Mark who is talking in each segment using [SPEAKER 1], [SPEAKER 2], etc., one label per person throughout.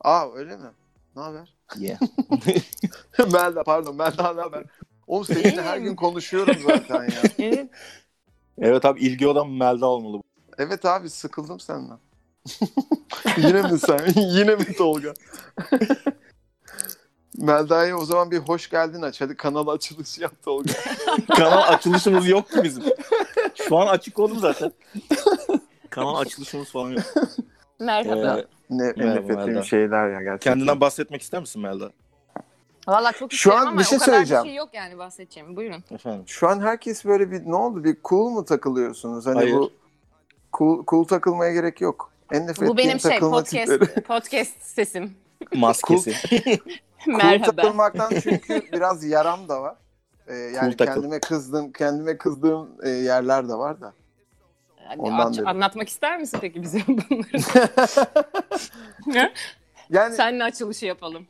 [SPEAKER 1] Aa öyle mi? Ne haber?
[SPEAKER 2] Yeah.
[SPEAKER 1] Melda pardon Melda ne haber? Oğlum seninle her gün konuşuyorum zaten ya.
[SPEAKER 2] Evet abi ilgi olan Melda olmalı.
[SPEAKER 1] Evet abi sıkıldım senden. Yine mi sen? Yine mi Tolga? Melda'ya o zaman bir hoş geldin aç. Hadi kanal açılışı yap Tolga.
[SPEAKER 2] Kanal açılışımız yok ki bizim. Şu an açık oldu zaten. Kanal açılışımız falan yok.
[SPEAKER 3] Merhaba.
[SPEAKER 2] Ee,
[SPEAKER 1] Ne
[SPEAKER 2] Merhaba
[SPEAKER 1] nefret ettiğim
[SPEAKER 2] Melda.
[SPEAKER 1] şeyler ya gerçekten.
[SPEAKER 2] kendinden bahsetmek ister misin Melda?
[SPEAKER 3] Valla çok
[SPEAKER 1] şu
[SPEAKER 3] isterim
[SPEAKER 1] an
[SPEAKER 3] ama
[SPEAKER 1] bir şey
[SPEAKER 3] o kadar
[SPEAKER 1] söyleyeceğim.
[SPEAKER 3] bir şey yok yani bahsedeceğim. Buyurun.
[SPEAKER 2] Efendim.
[SPEAKER 1] Şu an herkes böyle bir ne oldu? Bir cool mu takılıyorsunuz? Hani
[SPEAKER 2] Hayır.
[SPEAKER 1] bu cool, cool takılmaya gerek yok. En nefret
[SPEAKER 3] Bu benim
[SPEAKER 1] ettiğim
[SPEAKER 3] şey
[SPEAKER 1] takılma
[SPEAKER 3] podcast
[SPEAKER 1] tipleri.
[SPEAKER 3] podcast sesim.
[SPEAKER 2] Maskesi.
[SPEAKER 1] Cool
[SPEAKER 3] Merhaba.
[SPEAKER 1] takılmaktan çünkü biraz yaram da var. Ee, yani
[SPEAKER 2] Cool takıl.
[SPEAKER 1] kendime kızdığım kendime kızdığım e, yerler de var da.
[SPEAKER 3] Hadi
[SPEAKER 1] Ondan
[SPEAKER 3] aç-
[SPEAKER 1] dedim.
[SPEAKER 3] anlatmak ister misin peki bize bunları?
[SPEAKER 1] Yani
[SPEAKER 3] Seninle açılışı yapalım.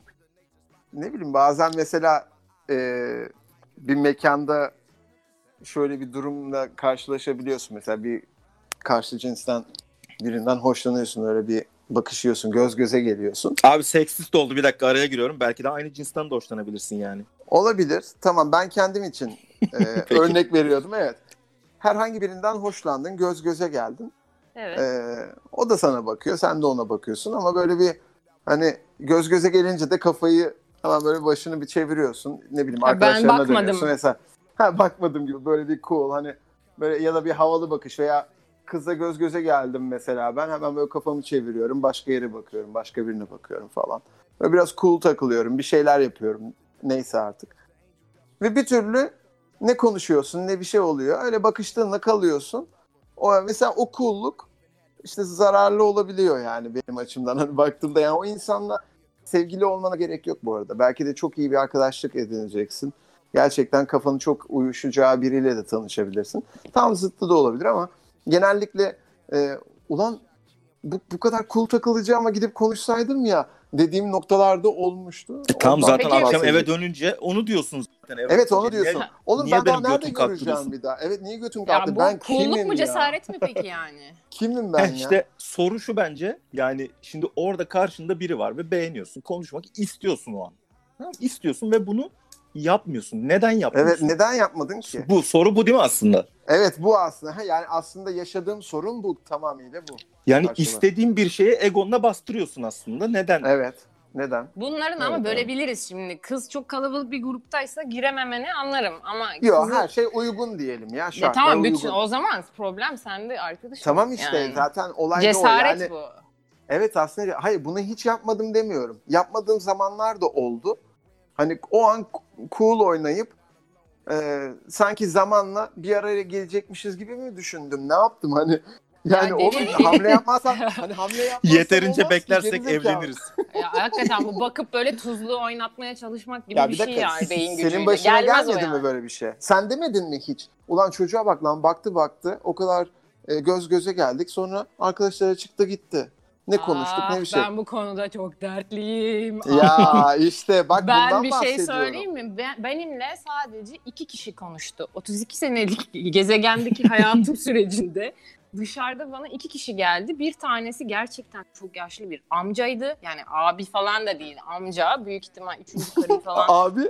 [SPEAKER 1] ne bileyim bazen mesela e, bir mekanda şöyle bir durumla karşılaşabiliyorsun. Mesela bir karşı cinsten birinden hoşlanıyorsun. Öyle bir bakışıyorsun. Göz göze geliyorsun.
[SPEAKER 2] abi seksist oldu bir dakika araya giriyorum. Belki de aynı cinsten de hoşlanabilirsin yani.
[SPEAKER 1] Olabilir. Tamam ben kendim için e,
[SPEAKER 2] Peki.
[SPEAKER 1] örnek veriyordum. Evet. Herhangi birinden hoşlandın. Göz göze geldin.
[SPEAKER 3] Evet.
[SPEAKER 1] Ee, o da sana bakıyor, sen de ona bakıyorsun ama böyle bir hani göz göze gelince de kafayı hemen böyle başını bir çeviriyorsun. Ne bileyim
[SPEAKER 3] Ha, ben
[SPEAKER 1] arkadaşlarına
[SPEAKER 3] bakmadım.
[SPEAKER 1] dönüyorsun mesela. Ha bakmadım gibi böyle bir cool hani böyle ya da bir havalı bakış veya kızla göz göze geldim mesela ben hemen böyle kafamı çeviriyorum, başka yere bakıyorum, başka birine bakıyorum falan. Böyle biraz cool takılıyorum, bir şeyler yapıyorum neyse artık. Ve bir türlü ne konuşuyorsun ne bir şey oluyor. Öyle bakıştığında kalıyorsun. O mesela o kulluk işte zararlı olabiliyor yani benim açımdan hani baktığımda yani o insanla sevgili olmana gerek yok bu arada. Belki de çok iyi bir arkadaşlık edineceksin. Gerçekten kafanın çok uyuşacağı biriyle de tanışabilirsin. Tam zıttı da olabilir ama genellikle e, ulan bu, bu kadar cool takılıcı ama gidip konuşsaydım ya dediğim noktalarda olmuştu.
[SPEAKER 2] Tam
[SPEAKER 1] Ondan
[SPEAKER 2] E, zaten
[SPEAKER 3] Peki-
[SPEAKER 2] akşam eve
[SPEAKER 1] bahsedeceğim.
[SPEAKER 2] dönünce onu diyorsunuz zaten. Eve
[SPEAKER 1] Evet onu
[SPEAKER 2] dönünce.
[SPEAKER 1] diyorsun.
[SPEAKER 2] Niye-
[SPEAKER 1] Oğlum
[SPEAKER 2] niye
[SPEAKER 1] ben daha
[SPEAKER 2] benim
[SPEAKER 1] nerede
[SPEAKER 2] götüm kalktı
[SPEAKER 1] göreceğim
[SPEAKER 2] diyorsun?
[SPEAKER 1] bir daha? Evet niye götüm
[SPEAKER 3] ya
[SPEAKER 1] kalktı?
[SPEAKER 3] bu
[SPEAKER 1] ben
[SPEAKER 3] cool'luk
[SPEAKER 1] kimim
[SPEAKER 3] mu
[SPEAKER 1] ya?
[SPEAKER 3] cesaret mi peki yani?
[SPEAKER 1] Kimim ben
[SPEAKER 2] Heh,
[SPEAKER 1] ya?
[SPEAKER 2] işte soru şu bence yani şimdi orada karşında biri var ve beğeniyorsun. Konuşmak istiyorsun o an. Ha, İstiyorsun ve bunu yapmıyorsun. Neden
[SPEAKER 1] Evet
[SPEAKER 2] yapmıyorsun?
[SPEAKER 1] neden yapmadın ki?
[SPEAKER 2] Bu soru bu değil mi aslında?
[SPEAKER 1] Evet bu aslında. Ha, yani aslında yaşadığım sorun bu tamamıyla bu.
[SPEAKER 2] Yani
[SPEAKER 1] Karşılığı.
[SPEAKER 2] istediğin bir şeye egonla bastırıyorsun aslında. Neden?
[SPEAKER 1] Evet. Neden?
[SPEAKER 3] Bunların
[SPEAKER 2] Evet,
[SPEAKER 3] ama bölebiliriz şimdi. Kız çok kalabalık bir gruptaysa girememeni anlarım ama
[SPEAKER 1] Yok
[SPEAKER 3] kızı-
[SPEAKER 1] her şey uygun diyelim ya.
[SPEAKER 3] Ya
[SPEAKER 1] Şartlar
[SPEAKER 3] tamam
[SPEAKER 1] uygun.
[SPEAKER 3] bütün o zaman problem sende arkadaşım.
[SPEAKER 1] Tamam işte
[SPEAKER 3] Yani.
[SPEAKER 1] zaten olay da
[SPEAKER 3] Cesaret
[SPEAKER 1] o. Yani,
[SPEAKER 3] bu.
[SPEAKER 1] Evet aslında hayır bunu hiç yapmadım demiyorum. Yapmadığım zamanlar da oldu. Hani o an cool oynayıp e, sanki zamanla bir araya gelecekmişiz gibi mi düşündüm? Ne yaptım hani? Yani
[SPEAKER 3] Ya
[SPEAKER 1] oğlum
[SPEAKER 3] deli.
[SPEAKER 1] hamle yapmazsan hani hamle yapmazsan
[SPEAKER 2] Yeterince
[SPEAKER 1] olmaz ki,
[SPEAKER 2] beklersek
[SPEAKER 1] gerizekalı.
[SPEAKER 2] evleniriz.
[SPEAKER 3] Ya hakikaten bu bakıp böyle tuzlu oynatmaya çalışmak gibi
[SPEAKER 1] Ya
[SPEAKER 3] bir,
[SPEAKER 1] bir
[SPEAKER 3] şey
[SPEAKER 1] dakika
[SPEAKER 3] yani beyin gücüyle.
[SPEAKER 1] senin başına
[SPEAKER 3] Gelmez o
[SPEAKER 1] gelmedi mi
[SPEAKER 3] yani.
[SPEAKER 1] böyle bir şey? Sen demedin mi hiç? Ulan çocuğa bak lan baktı baktı o kadar e, göz göze geldik sonra arkadaşlara çıktı gitti. Ne konuştuk
[SPEAKER 3] Ah,
[SPEAKER 1] ne bir şey.
[SPEAKER 3] Ben bu konuda çok dertliyim.
[SPEAKER 1] Ya işte bak bundan
[SPEAKER 3] ben bir şey
[SPEAKER 1] bahsediyorum.
[SPEAKER 3] söyleyeyim mi? Ben- benimle sadece iki kişi konuştu. 32 senelik gezegendeki hayatım sürecinde dışarıda bana iki kişi geldi. Bir tanesi gerçekten çok yaşlı bir amcaydı. Yani abi falan da değil amca. Büyük ihtimal üçüncü karıyı falan
[SPEAKER 1] Abi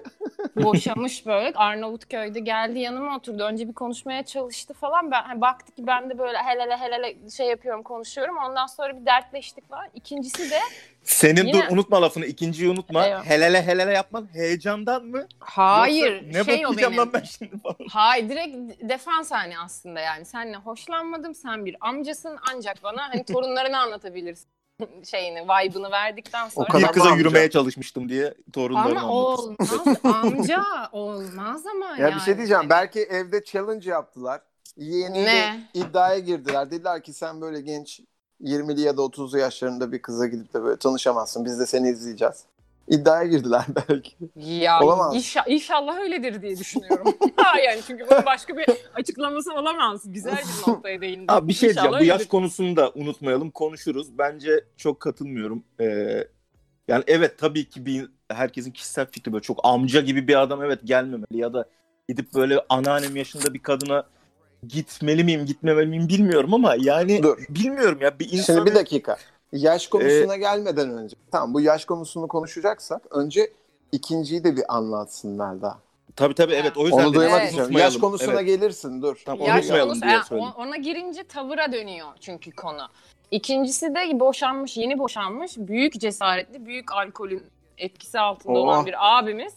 [SPEAKER 3] boşamış böyle Arnavutköy'de geldi yanıma oturdu. Önce bir konuşmaya çalıştı falan. Ben hani baktı ki ben de böyle helele helele şey yapıyorum, konuşuyorum. Ondan sonra bir dertleştik falan. İkincisi de
[SPEAKER 2] Senin
[SPEAKER 3] Yine-
[SPEAKER 2] dur unutma lafını. ikinciyi unutma.
[SPEAKER 3] Eyvah.
[SPEAKER 2] Helele helele yapman heyecandan mı?
[SPEAKER 3] hayır
[SPEAKER 2] Yoksa ne
[SPEAKER 3] şey o
[SPEAKER 2] bakacağım
[SPEAKER 3] benim.
[SPEAKER 2] lan ben şimdi falan.
[SPEAKER 3] Hayır direkt defans hani aslında yani. Seninle hoşlanmadım. Sen bir amcasın ancak bana hani torunlarını anlatabilirsin şeyini, vibe'ını verdikten sonra.
[SPEAKER 1] kadar
[SPEAKER 2] Bir kıza
[SPEAKER 1] mı
[SPEAKER 2] yürümeye
[SPEAKER 1] amca?
[SPEAKER 2] çalışmıştım diye torunlarını
[SPEAKER 3] ama
[SPEAKER 2] anlatırsın.
[SPEAKER 3] olmaz amca olmaz ama
[SPEAKER 1] ya
[SPEAKER 3] yani. hani-
[SPEAKER 1] bir şey diyeceğim belki evde challenge yaptılar. Yeğeniyle
[SPEAKER 3] Ne?
[SPEAKER 1] iddiaya girdiler. Dediler ki sen böyle genç 20'li ya da 30'lu yaşlarında bir kıza gidip de böyle tanışamazsın. Biz de seni izleyeceğiz. İddiaya girdiler belki.
[SPEAKER 3] Ya
[SPEAKER 1] Olamaz.
[SPEAKER 3] inşa- inşallah öyledir diye düşünüyorum. Ha yani çünkü bunun başka bir açıklaması olamaz. Güzel bir noktaya değindin.
[SPEAKER 2] Abi bir şey
[SPEAKER 3] İnşallah
[SPEAKER 2] diyeceğim. Bu yaş
[SPEAKER 3] öyledir.
[SPEAKER 2] konusunu da unutmayalım. Konuşuruz. Bence çok katılmıyorum. Ee, yani evet tabii ki bir herkesin kişisel fikri böyle çok amca gibi bir adam evet gelmemeli ya da gidip böyle anneannem yaşında bir kadına gitmeli miyim gitmemeli miyim bilmiyorum ama yani
[SPEAKER 1] Dur.
[SPEAKER 2] bilmiyorum ya bir insanın
[SPEAKER 1] Şimdi bir dakika. Yaş konusuna gelmeden önce. Tamam bu yaş konusunu konuşacaksak önce ikinciyi de bir anlatsınlar daha.
[SPEAKER 2] Tabii tabii evet o yüzden
[SPEAKER 1] Onu
[SPEAKER 2] dedim,
[SPEAKER 1] duymak
[SPEAKER 3] Evet.
[SPEAKER 1] istiyorum.
[SPEAKER 2] unutmayalım.
[SPEAKER 1] Yaş konusuna
[SPEAKER 2] Evet.
[SPEAKER 1] gelirsin dur.
[SPEAKER 2] Tamam,
[SPEAKER 3] Yaş
[SPEAKER 2] unutmayalım
[SPEAKER 3] konusu-
[SPEAKER 2] diye
[SPEAKER 3] ha,
[SPEAKER 2] söyledim.
[SPEAKER 3] o- ona girince tavıra dönüyor çünkü konu. İkincisi de boşanmış, yeni boşanmış, büyük cesaretli, büyük alkolün etkisi altında
[SPEAKER 1] Oh.
[SPEAKER 3] olan bir abimiz.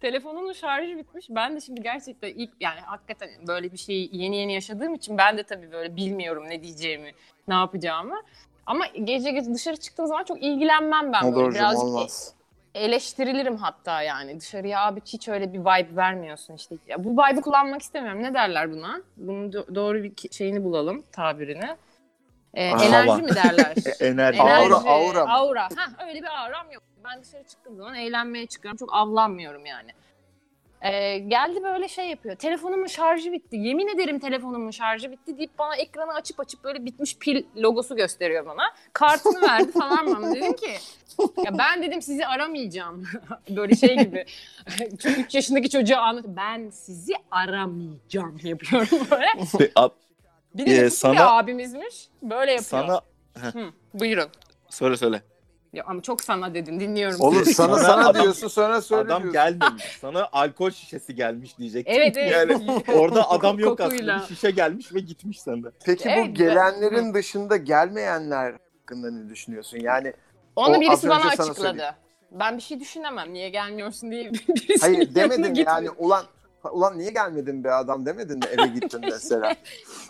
[SPEAKER 3] Telefonunun şarjı bitmiş. Ben de şimdi gerçekten ilk yani hakikaten böyle bir şeyi yeni yeni yaşadığım için ben de tabii böyle bilmiyorum ne diyeceğimi, ne yapacağımı. Ama gece gece dışarı çıktığım zaman çok ilgilenmem ben.
[SPEAKER 1] O
[SPEAKER 3] böyle.
[SPEAKER 1] doğru
[SPEAKER 3] Birazcık
[SPEAKER 1] olmaz.
[SPEAKER 3] eleştirilirim hatta yani. Dışarıya abi hiç öyle bir vibe vermiyorsun işte. Ya bu vibe'ı kullanmak istemiyorum. Ne derler buna? Bunun do- doğru bir ki- şeyini bulalım tabirini. Ee,
[SPEAKER 1] Hava.
[SPEAKER 3] enerji mi derler?
[SPEAKER 2] Enerji.
[SPEAKER 3] enerji,
[SPEAKER 1] Aura,
[SPEAKER 2] Aura.
[SPEAKER 1] aura mı?
[SPEAKER 3] aura. Heh, öyle bir auram yok. Ben dışarı çıktığım zaman eğlenmeye çıkıyorum. Çok avlanmıyorum yani. Ee, geldi böyle şey yapıyor. Telefonumun şarjı bitti. Yemin ederim telefonumun şarjı bitti deyip bana ekranı açıp açıp böyle bitmiş pil logosu gösteriyor bana. Kartını verdi falan bana. Dedim ki ya ben dedim sizi aramayacağım. böyle şey gibi. Çünkü 3 yaşındaki çocuğa anlat. Ben sizi aramayacağım yapıyorum böyle.
[SPEAKER 2] Ve ab-
[SPEAKER 3] Bir de
[SPEAKER 2] Ee,
[SPEAKER 3] hukukçu
[SPEAKER 2] sana-
[SPEAKER 3] bir abimizmiş. Böyle yapıyor.
[SPEAKER 2] sana
[SPEAKER 3] Hı, buyurun.
[SPEAKER 2] söyle söyle.
[SPEAKER 3] Ya ama çok sana dedim dinliyorum.
[SPEAKER 1] Olur
[SPEAKER 3] sizi.
[SPEAKER 1] sana
[SPEAKER 2] Sonra
[SPEAKER 1] sana
[SPEAKER 2] adam-
[SPEAKER 1] diyorsun sonra söyle
[SPEAKER 2] adam
[SPEAKER 1] diyorsun.
[SPEAKER 2] gelmemiş. Sana alkol şişesi gelmiş diyecek.
[SPEAKER 3] Evet evet.
[SPEAKER 2] Yani orada adam yok
[SPEAKER 3] Kokuyla.
[SPEAKER 2] aslında. Bir şişe gelmiş ve gitmiş sende.
[SPEAKER 1] Peki
[SPEAKER 3] Evet,
[SPEAKER 1] bu
[SPEAKER 3] ben-
[SPEAKER 1] gelenlerin dışında gelmeyenler hakkında ne düşünüyorsun? Yani
[SPEAKER 3] Onu
[SPEAKER 1] O az
[SPEAKER 3] birisi bana
[SPEAKER 1] önce sana
[SPEAKER 3] açıkladı. Ben bir şey düşünemem niye gelmiyorsun diye birisi
[SPEAKER 1] hayır demedin
[SPEAKER 3] demedin
[SPEAKER 1] mi? yani ulan ulan niye gelmedin be adam demedin mi eve gittin mesela?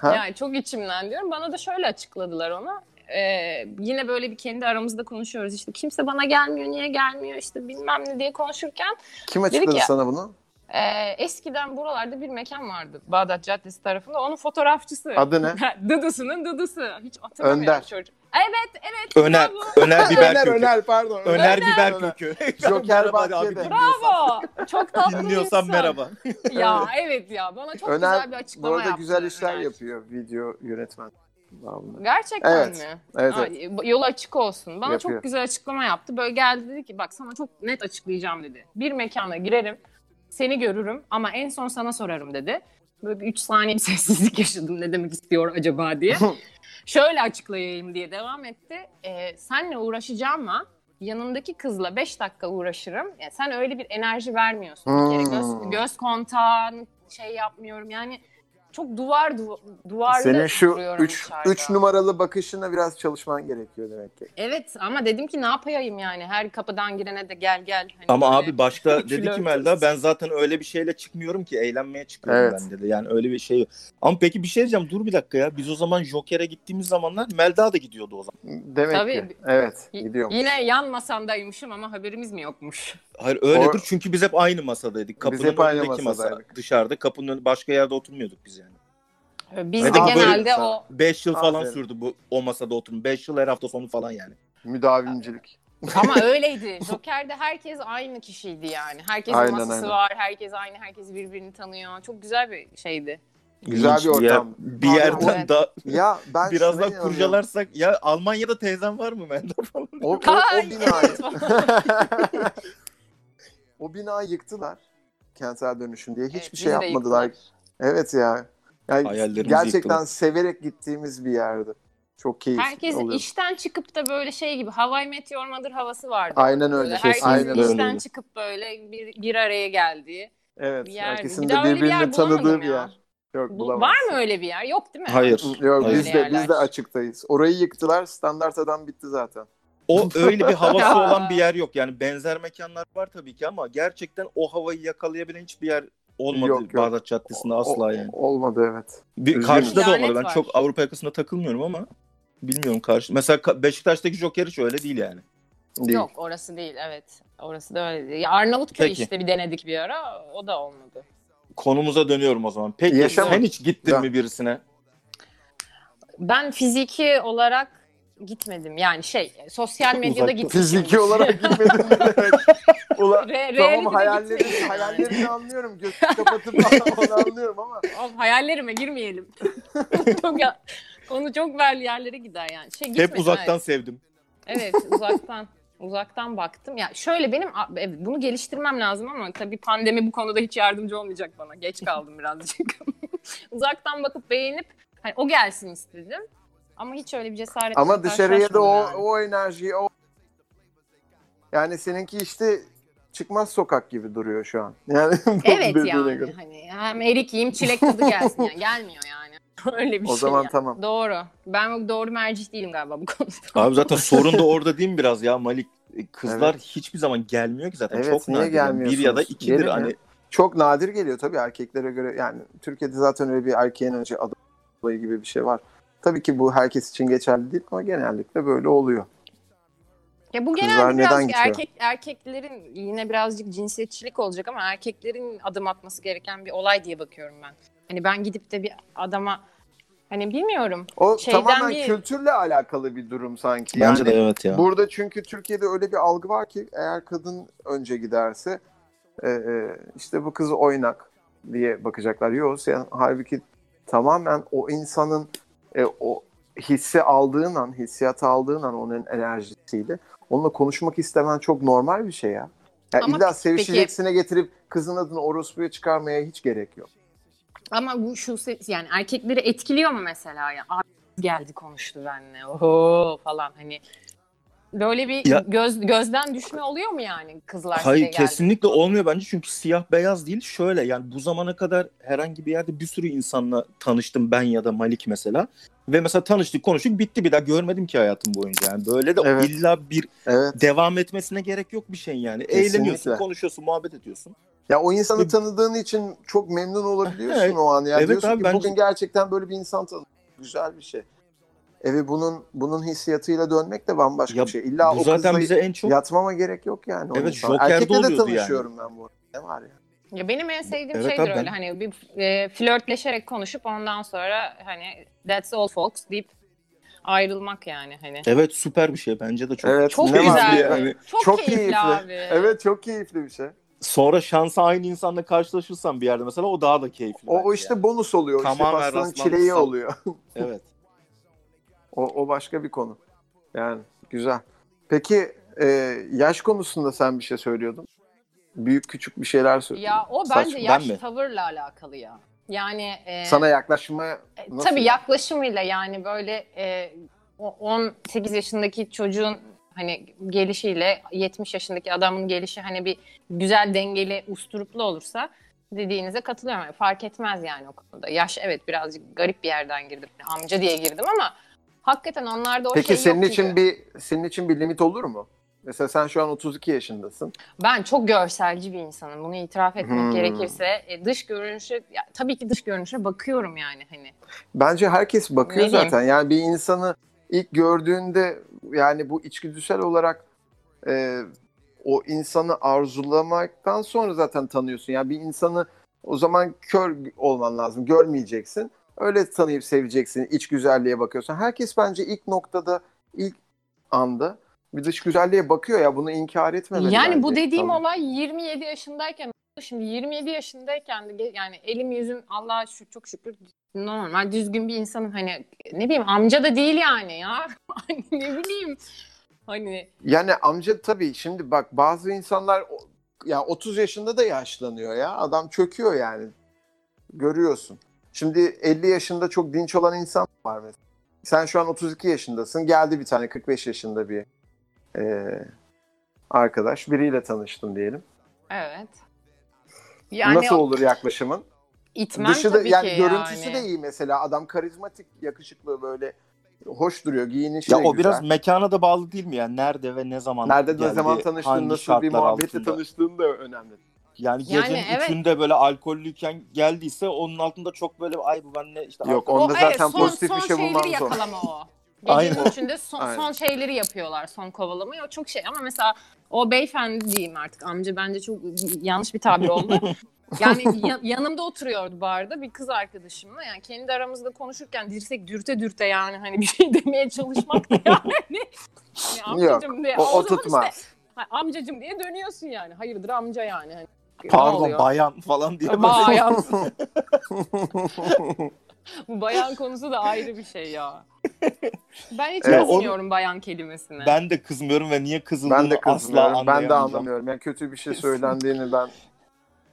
[SPEAKER 1] Ha?
[SPEAKER 3] Yani çok içimden diyorum. Bana da şöyle açıkladılar onu. Ee, yine böyle bir kendi aramızda konuşuyoruz işte kimse bana gelmiyor niye gelmiyor işte bilmem ne diye konuşurken
[SPEAKER 1] Kim
[SPEAKER 3] ki
[SPEAKER 1] açıkladı
[SPEAKER 3] ya-
[SPEAKER 1] sana bunu?
[SPEAKER 3] e, eskiden buralarda bir mekan vardı Bağdat Caddesi tarafında onun fotoğrafçısı
[SPEAKER 1] Adı ne?
[SPEAKER 3] dıdısının dıdısı hiç hatırlamıyorum
[SPEAKER 1] Önder.
[SPEAKER 3] çocuğu evet evet
[SPEAKER 2] Öner.
[SPEAKER 3] bravo.
[SPEAKER 2] Öner biber
[SPEAKER 1] Öner
[SPEAKER 2] kökü. Öner,
[SPEAKER 1] Öner pardon.
[SPEAKER 2] biber
[SPEAKER 1] Öner.
[SPEAKER 2] kökü.
[SPEAKER 1] Joker
[SPEAKER 2] Merhaba abi,
[SPEAKER 1] Bahçede.
[SPEAKER 2] dinliyorsan-
[SPEAKER 3] bravo çok tatlı bir
[SPEAKER 2] Dinliyorsan
[SPEAKER 3] insan.
[SPEAKER 2] merhaba.
[SPEAKER 3] Ya evet ya bana çok
[SPEAKER 1] Öner
[SPEAKER 3] güzel bir açıklama
[SPEAKER 1] Bu arada
[SPEAKER 3] yaptı.
[SPEAKER 1] güzel işler
[SPEAKER 3] Öner.
[SPEAKER 1] yapıyor video yönetmen. Vallahi.
[SPEAKER 3] Gerçekten
[SPEAKER 1] Evet,
[SPEAKER 3] mi?
[SPEAKER 1] Evet evet.
[SPEAKER 3] Ay, yol açık olsun. Bana
[SPEAKER 1] Yapıyor.
[SPEAKER 3] çok güzel açıklama yaptı. Böyle geldi dedi ki bak sana çok net açıklayacağım dedi. Bir mekana girerim, seni görürüm ama en son sana sorarım dedi. Böyle bir 3 saniye bir sessizlik yaşadım ne demek istiyor acaba diye. Şöyle açıklayayım diye devam etti. Ee, senle uğraşacağım ama yanındaki kızla 5 dakika uğraşırım. Yani sen öyle bir enerji vermiyorsun. Bir kere
[SPEAKER 1] Hmm.
[SPEAKER 3] göz, göz kontağını şey yapmıyorum yani çok duvar duva- duvarda
[SPEAKER 1] Senin şu
[SPEAKER 3] duruyorum
[SPEAKER 1] 3
[SPEAKER 3] dışarıda.
[SPEAKER 1] 3 numaralı bakışına biraz çalışman gerekiyor demek ki.
[SPEAKER 3] Evet ama dedim ki ne yapayım yani her kapıdan girene de gel gel. Hani
[SPEAKER 2] Ama
[SPEAKER 3] böyle.
[SPEAKER 2] abi başta dedi
[SPEAKER 3] Flört.
[SPEAKER 2] ki Melda ben zaten öyle bir şeyle çıkmıyorum ki eğlenmeye çıkıyorum
[SPEAKER 1] Evet.
[SPEAKER 2] ben dedi. Yani öyle bir şey yok. Ama peki bir şey diyeceğim dur bir dakika ya. Biz o zaman Joker'e gittiğimiz zamanlar Melda da gidiyordu o zaman.
[SPEAKER 1] Demek
[SPEAKER 3] Tabii.
[SPEAKER 1] ki. Evet,
[SPEAKER 3] Y-
[SPEAKER 1] gidiyorum.
[SPEAKER 3] Yine yan masamdaymışım ama haberimiz mi yokmuş?
[SPEAKER 2] Hayır öyledir
[SPEAKER 1] O-
[SPEAKER 2] çünkü biz hep aynı masadaydık. Kapının
[SPEAKER 1] hep aynı
[SPEAKER 2] önündeki masa.
[SPEAKER 1] masadaydık.
[SPEAKER 2] Dışarıda kapının önü başka yerde oturmuyorduk biz yani.
[SPEAKER 3] Biz
[SPEAKER 2] Ve
[SPEAKER 3] de
[SPEAKER 2] de böyle-
[SPEAKER 3] genelde o
[SPEAKER 2] 5 yıl falan
[SPEAKER 1] Aferin.
[SPEAKER 2] sürdü bu o masada oturma. 5 yıl her hafta sonu falan yani.
[SPEAKER 1] Müdavimcilik.
[SPEAKER 3] ama öyleydi. Joker'de herkes aynı kişiydi yani. Herkesin
[SPEAKER 1] Aynen,
[SPEAKER 3] masası
[SPEAKER 1] aynen.
[SPEAKER 3] var, herkes aynı, herkes birbirini tanıyor. Çok güzel bir şeydi.
[SPEAKER 1] Güzel
[SPEAKER 2] İlginç
[SPEAKER 1] bir
[SPEAKER 2] yer-
[SPEAKER 1] ortam.
[SPEAKER 2] bir
[SPEAKER 1] Abi,
[SPEAKER 2] yerden
[SPEAKER 3] evet.
[SPEAKER 2] daha
[SPEAKER 1] Ya ben
[SPEAKER 2] biraz
[SPEAKER 1] şuna
[SPEAKER 2] daha
[SPEAKER 1] inanıyorum.
[SPEAKER 2] kurcalarsak ya Almanya'da teyzem var mı Melda falan.
[SPEAKER 1] O, o, o
[SPEAKER 3] Ay,
[SPEAKER 1] binayı.
[SPEAKER 3] evet falan.
[SPEAKER 1] o binayı yıktılar. Kentsel dönüşüm diye hiçbir
[SPEAKER 3] Evet,
[SPEAKER 1] şey
[SPEAKER 3] bizi de
[SPEAKER 1] yapmadılar.
[SPEAKER 3] yıktılar.
[SPEAKER 1] Evet ya. Yani
[SPEAKER 2] Hayallerimizi
[SPEAKER 1] gerçekten
[SPEAKER 2] yıktılar.
[SPEAKER 1] severek gittiğimiz bir yerdi. Çok keyifli
[SPEAKER 3] Herkes
[SPEAKER 1] oluyor.
[SPEAKER 3] işten çıkıp da böyle şey gibi Hawaii Meteor Mother havası vardı.
[SPEAKER 1] Aynen öyle.
[SPEAKER 3] Böyle
[SPEAKER 1] Şey,
[SPEAKER 3] herkes
[SPEAKER 1] aynen öyle.
[SPEAKER 2] öyle.
[SPEAKER 3] işten çıkıp böyle bir, bir araya geldiği.
[SPEAKER 1] Evet.
[SPEAKER 3] bir yerdi.
[SPEAKER 1] Herkesin
[SPEAKER 3] Bir
[SPEAKER 1] de
[SPEAKER 3] daha öyle bir yer
[SPEAKER 1] birbirini tanıdığı
[SPEAKER 3] bulamadım
[SPEAKER 1] bir
[SPEAKER 3] ya.
[SPEAKER 1] yer. Yok
[SPEAKER 3] Bu-
[SPEAKER 1] bulamazsın.
[SPEAKER 3] var mı öyle bir yer? Yok değil mi?
[SPEAKER 2] Hayır.
[SPEAKER 1] Yok
[SPEAKER 2] Hayır.
[SPEAKER 1] biz de biz
[SPEAKER 3] Yerler.
[SPEAKER 1] de açıktayız. Orayı yıktılar. Standart adam bitti zaten.
[SPEAKER 2] O öyle bir havası
[SPEAKER 3] Ya.
[SPEAKER 2] olan bir yer yok. Yani benzer mekanlar var tabii ki ama gerçekten o havayı yakalayabilen hiçbir yer olmadı
[SPEAKER 1] Yok, yok.
[SPEAKER 2] Bağdat Caddesi'nde asla
[SPEAKER 1] O-
[SPEAKER 2] yani.
[SPEAKER 1] Olmadı evet.
[SPEAKER 2] Bir,
[SPEAKER 1] üzgünüm.
[SPEAKER 2] karşıda da
[SPEAKER 3] Lanet
[SPEAKER 2] olmadı. Ben
[SPEAKER 3] var.
[SPEAKER 2] çok Avrupa yakasında takılmıyorum ama bilmiyorum karşı. Mesela Ka- Beşiktaş'taki Joker hiç öyle değil yani.
[SPEAKER 1] Değil.
[SPEAKER 3] Yok orası değil evet. Orası da öyle değil. Ya Arnavutköy
[SPEAKER 2] Peki.
[SPEAKER 3] işte bir denedik bir ara o da olmadı.
[SPEAKER 2] Konumuza dönüyorum o zaman. Peki
[SPEAKER 1] Yaşa-
[SPEAKER 2] sen hiç gittin
[SPEAKER 1] Ya.
[SPEAKER 2] mi birisine?
[SPEAKER 3] Ben fiziki olarak gitmedim yani şey sosyal medyada
[SPEAKER 2] uzak.
[SPEAKER 3] gitmişim.
[SPEAKER 1] Fiziki olarak gitmedin ne demek? Ulan
[SPEAKER 3] Re,
[SPEAKER 1] tamam
[SPEAKER 3] reality de
[SPEAKER 1] hayallerini,
[SPEAKER 3] gitmedim.
[SPEAKER 1] hayallerini anlıyorum. Göz kapatıp falan onu anlıyorum ama.
[SPEAKER 3] Oğlum, hayallerime girmeyelim. çok ya- onu çok böyle yerlere gider yani. Şey,
[SPEAKER 2] Hep
[SPEAKER 3] gitmedim,
[SPEAKER 2] uzaktan
[SPEAKER 3] evet.
[SPEAKER 2] sevdim.
[SPEAKER 3] Evet uzaktan. uzaktan baktım. Ya şöyle benim evet, bunu geliştirmem lazım ama tabii pandemi bu konuda hiç yardımcı olmayacak bana. Geç kaldım birazcık. uzaktan bakıp beğenip hani o gelsin istedim. Ama hiç öyle bir cesaret
[SPEAKER 1] Ama dışarıya da o, o enerjiyi o yani seninki işte çıkmaz sokak gibi duruyor şu an. Yani bu
[SPEAKER 3] Evet
[SPEAKER 1] dediğine
[SPEAKER 3] yani
[SPEAKER 1] göre.
[SPEAKER 3] hani hem erik yiyeyim çilek tadı gelsin yani gelmiyor yani. Öyle bir
[SPEAKER 1] O
[SPEAKER 3] şey.
[SPEAKER 1] zaman
[SPEAKER 3] yani.
[SPEAKER 1] tamam.
[SPEAKER 3] Doğru. Ben doğru mercih değilim galiba bu konuda.
[SPEAKER 2] Abi zaten sorun da orada değil mi biraz ya Malik? E, Kızlar hiçbir zaman gelmiyor ki zaten.
[SPEAKER 1] Evet,
[SPEAKER 2] Çok
[SPEAKER 1] niye
[SPEAKER 2] nadir. Yani Bir ya da
[SPEAKER 1] gelmiyorsunuz?
[SPEAKER 2] ikidir
[SPEAKER 1] Gelin
[SPEAKER 2] hani.
[SPEAKER 1] ya. Çok nadir geliyor tabii erkeklere göre. Yani Türkiye'de zaten öyle bir erkeğin önce adı olayı gibi bir şey var. Tabii ki bu herkes için geçerli değil ama genellikle böyle oluyor.
[SPEAKER 3] Ya bu
[SPEAKER 1] Kızlar
[SPEAKER 3] genelde
[SPEAKER 1] neden
[SPEAKER 3] birazcık
[SPEAKER 1] gidiyor?
[SPEAKER 3] erkek, erkeklerin yine birazcık cinsiyetçilik olacak ama erkeklerin adım atması gereken bir olay diye bakıyorum ben. Hani ben gidip de bir adama hani bilmiyorum.
[SPEAKER 1] O
[SPEAKER 3] Şeyden
[SPEAKER 1] tamamen
[SPEAKER 3] bir-
[SPEAKER 1] kültürle alakalı bir durum sanki.
[SPEAKER 2] Bence
[SPEAKER 1] yani
[SPEAKER 2] de evet ya.
[SPEAKER 1] Burada çünkü Türkiye'de öyle bir algı var ki eğer kadın önce giderse e, e, işte bu kız oynak diye bakacaklar. Yok sen halbuki tamamen o insanın e, o hissi aldığın an, hissiyatı aldığın an onun enerjisiyle onunla konuşmak istemen çok normal bir şey ya. ya
[SPEAKER 3] Ama
[SPEAKER 1] illa
[SPEAKER 3] peki-
[SPEAKER 1] sevişeceksine getirip kızın adını orospuya çıkarmaya hiç gerek yok.
[SPEAKER 3] Ama bu şu se- yani erkekleri etkiliyor mu mesela ya? Abi geldi konuştu benimle. Oho falan hani. Böyle bir
[SPEAKER 2] Ya-
[SPEAKER 3] göz gözden düşme oluyor mu yani kızlar size
[SPEAKER 2] Hayır
[SPEAKER 3] geldi?
[SPEAKER 2] kesinlikle olmuyor bence çünkü siyah beyaz değil. Şöyle yani bu zamana kadar herhangi bir yerde bir sürü insanla tanıştım ben ya da Malik mesela. Ve mesela tanıştık konuştuk bitti bir daha görmedim ki hayatım boyunca. Yani böyle de
[SPEAKER 1] Evet.
[SPEAKER 2] illa bir
[SPEAKER 1] Evet.
[SPEAKER 2] devam etmesine gerek yok bir şey yani.
[SPEAKER 1] Kesinlikle.
[SPEAKER 2] Eğleniyorsun, konuşuyorsun, muhabbet ediyorsun.
[SPEAKER 1] Ya o insanı
[SPEAKER 2] Evet.
[SPEAKER 1] tanıdığın için çok memnun olabiliyorsun
[SPEAKER 2] Evet.
[SPEAKER 1] o an. Ya
[SPEAKER 2] Evet
[SPEAKER 1] diyorsun
[SPEAKER 2] abi,
[SPEAKER 1] ki
[SPEAKER 2] bence-
[SPEAKER 1] bugün gerçekten böyle bir insan tanıdım. Güzel bir şey. Evet bunun bunun hissiyatıyla dönmek de bambaşka
[SPEAKER 2] Ya
[SPEAKER 1] bir şey. İlla
[SPEAKER 2] bu
[SPEAKER 1] o
[SPEAKER 2] zaten
[SPEAKER 1] kızla
[SPEAKER 2] bize en çok
[SPEAKER 1] yatmama gerek yok yani. o
[SPEAKER 2] Evet,
[SPEAKER 1] insanla.
[SPEAKER 2] Joker'de
[SPEAKER 1] Erkekle de
[SPEAKER 2] oluyordu yani.
[SPEAKER 1] tanışıyorum ben bu arada. Ne var ya?
[SPEAKER 3] Ya benim en sevdiğim
[SPEAKER 2] Evet
[SPEAKER 3] şeydir
[SPEAKER 2] abi, ben-
[SPEAKER 3] öyle hani bir e, flörtleşerek konuşup ondan sonra hani that's all folks deyip ayrılmak yani hani.
[SPEAKER 2] Evet süper bir şey bence de çok.
[SPEAKER 1] Evet,
[SPEAKER 3] Çok
[SPEAKER 1] ne var
[SPEAKER 3] güzel. şey.
[SPEAKER 1] ya?
[SPEAKER 2] Yani
[SPEAKER 3] Çok,
[SPEAKER 1] Çok
[SPEAKER 3] keyifli,
[SPEAKER 1] keyifli.
[SPEAKER 3] abi.
[SPEAKER 1] Evet çok keyifli bir şey.
[SPEAKER 2] sonra şansa aynı insanla karşılaşırsan bir yerde mesela o daha da keyifli.
[SPEAKER 1] O, o
[SPEAKER 2] bence
[SPEAKER 1] işte
[SPEAKER 2] yani.
[SPEAKER 1] bonus oluyor. İşte
[SPEAKER 2] Tamamen
[SPEAKER 1] pastanın
[SPEAKER 2] rastlantısal.
[SPEAKER 1] çileği oluyor.
[SPEAKER 2] evet.
[SPEAKER 1] O, o başka bir konu. Yani güzel. Peki e, yaş konusunda sen bir şey söylüyordun. Büyük küçük bir şeyler söylüyordun.
[SPEAKER 3] Ya o
[SPEAKER 2] Saçma,
[SPEAKER 3] bence
[SPEAKER 2] ben
[SPEAKER 3] yaş
[SPEAKER 2] mi?
[SPEAKER 3] tavırla alakalı ya. Yani e,
[SPEAKER 1] Sana yaklaşma
[SPEAKER 3] E,
[SPEAKER 1] Nasıl
[SPEAKER 3] Tabii
[SPEAKER 1] yani?
[SPEAKER 3] yaklaşımıyla yani böyle e, o- 18 yaşındaki çocuğun hani gelişiyle 70 yaşındaki adamın gelişi hani bir güzel dengeli usturuplu olursa dediğinize katılıyorum. Yani fark etmez yani o konuda. Yaş evet birazcık garip bir yerden girdim. Amca diye girdim ama hakikaten onlarda o
[SPEAKER 1] Peki
[SPEAKER 3] şey
[SPEAKER 1] senin
[SPEAKER 3] yok
[SPEAKER 1] için
[SPEAKER 3] gibi.
[SPEAKER 1] bir senin için bir limit olur mu? Mesela sen şu an 32 yaşındasın.
[SPEAKER 3] Ben çok görselci bir insanım. Bunu itiraf etmek
[SPEAKER 1] Hmm.
[SPEAKER 3] gerekirse e, dış görünüşe ya, tabii ki dış görünüşe bakıyorum yani hani.
[SPEAKER 1] Bence herkes bakıyor
[SPEAKER 3] Ne diyeyim?
[SPEAKER 1] zaten. Yani bir insanı ilk gördüğünde yani bu içgüdüsel olarak e, o insanı arzulamaktan sonra zaten tanıyorsun. Yani bir insanı o zaman kör olman lazım. Görmeyeceksin. Öyle tanıyıp seveceksin. İç güzelliğe bakıyorsun. Herkes bence ilk noktada, ilk anda bir dış güzelliğe bakıyor ya bunu inkar etmemeli.
[SPEAKER 3] Yani bu
[SPEAKER 1] bence.
[SPEAKER 3] dediğim
[SPEAKER 1] Tamam.
[SPEAKER 3] olay 27 yaşındayken oldu. şimdi 27 yaşındayken de ge- yani elim yüzüm Allah'a şükür çok şükür normal düzgün bir insanım hani ne bileyim amca da değil yani ya Hani ne bileyim hani
[SPEAKER 1] Yani amca tabii şimdi bak bazı insanlar o- ya 30 yaşında da yaşlanıyor ya. Adam çöküyor yani. Görüyorsun. Şimdi 50 yaşında çok dinç olan insan var mesela. Sen şu an 32 yaşındasın. Geldi bir tane 45 yaşında bir eee, arkadaş. Biriyle tanıştın diyelim.
[SPEAKER 3] evet yani
[SPEAKER 1] Nasıl olur yaklaşımın?
[SPEAKER 3] itmem
[SPEAKER 1] Dışı da
[SPEAKER 3] tabii
[SPEAKER 1] yani
[SPEAKER 3] ki
[SPEAKER 1] görüntüsü
[SPEAKER 3] yani.
[SPEAKER 1] de iyi mesela. Adam karizmatik, yakışıklı böyle hoş duruyor. Giyinişi
[SPEAKER 2] Ya
[SPEAKER 1] de
[SPEAKER 2] o
[SPEAKER 1] şey güzel.
[SPEAKER 2] biraz mekana da bağlı değil mi yani nerede ve ne zaman
[SPEAKER 1] Nerede ne
[SPEAKER 2] geldi,
[SPEAKER 1] zaman
[SPEAKER 2] hangi
[SPEAKER 1] tanıştığın, nasıl
[SPEAKER 2] şartlar
[SPEAKER 1] bir muhabbetle
[SPEAKER 2] altında?
[SPEAKER 1] tanıştığın da önemli.
[SPEAKER 2] Yani
[SPEAKER 3] Yani
[SPEAKER 2] gecenin
[SPEAKER 3] evet.
[SPEAKER 2] üçünde böyle alkollüyken geldiyse onun altında çok böyle ay bu benle işte
[SPEAKER 1] Yok,
[SPEAKER 2] alkol-
[SPEAKER 1] onda
[SPEAKER 3] O,
[SPEAKER 1] zaten
[SPEAKER 3] son,
[SPEAKER 1] pozitif
[SPEAKER 3] son
[SPEAKER 1] bir şey bulman
[SPEAKER 3] şeyleri
[SPEAKER 1] zor.
[SPEAKER 3] yakalama o.
[SPEAKER 2] Aynen.
[SPEAKER 3] Gecenin üçünde son,
[SPEAKER 1] Aynen.
[SPEAKER 3] son şeyleri yapıyorlar son kovalamayı. O çok şey ama mesela o beyefendi diyeyim artık amca bence çok yanlış bir tabir oldu. Yani ya- yanımda oturuyordu barda bir kız arkadaşımla. Yani kendi aramızda konuşurken dirsek dürte dürte yani hani bir şey demeye çalışmak da yani. Hani amcacım diye.
[SPEAKER 1] O, o,
[SPEAKER 3] zaman
[SPEAKER 1] tutmaz.
[SPEAKER 3] işte, ha, amcacım diye dönüyorsun yani. Hayırdır amca yani. Hani, ne
[SPEAKER 2] pardon
[SPEAKER 3] oluyor?
[SPEAKER 2] bayan falan diye böyle
[SPEAKER 3] Bayan. Bu bayan konusu da ayrı bir şey ya. Ben hiç
[SPEAKER 1] Evet.
[SPEAKER 3] kızmıyorum bayan kelimesine.
[SPEAKER 2] ben de kızmıyorum ve niye kızıldığını
[SPEAKER 1] ben de
[SPEAKER 2] asla
[SPEAKER 1] kızmıyorum. Ben de
[SPEAKER 2] anlayamayacağım.
[SPEAKER 1] anlamıyorum. Yani kötü bir şey söylendiğini ben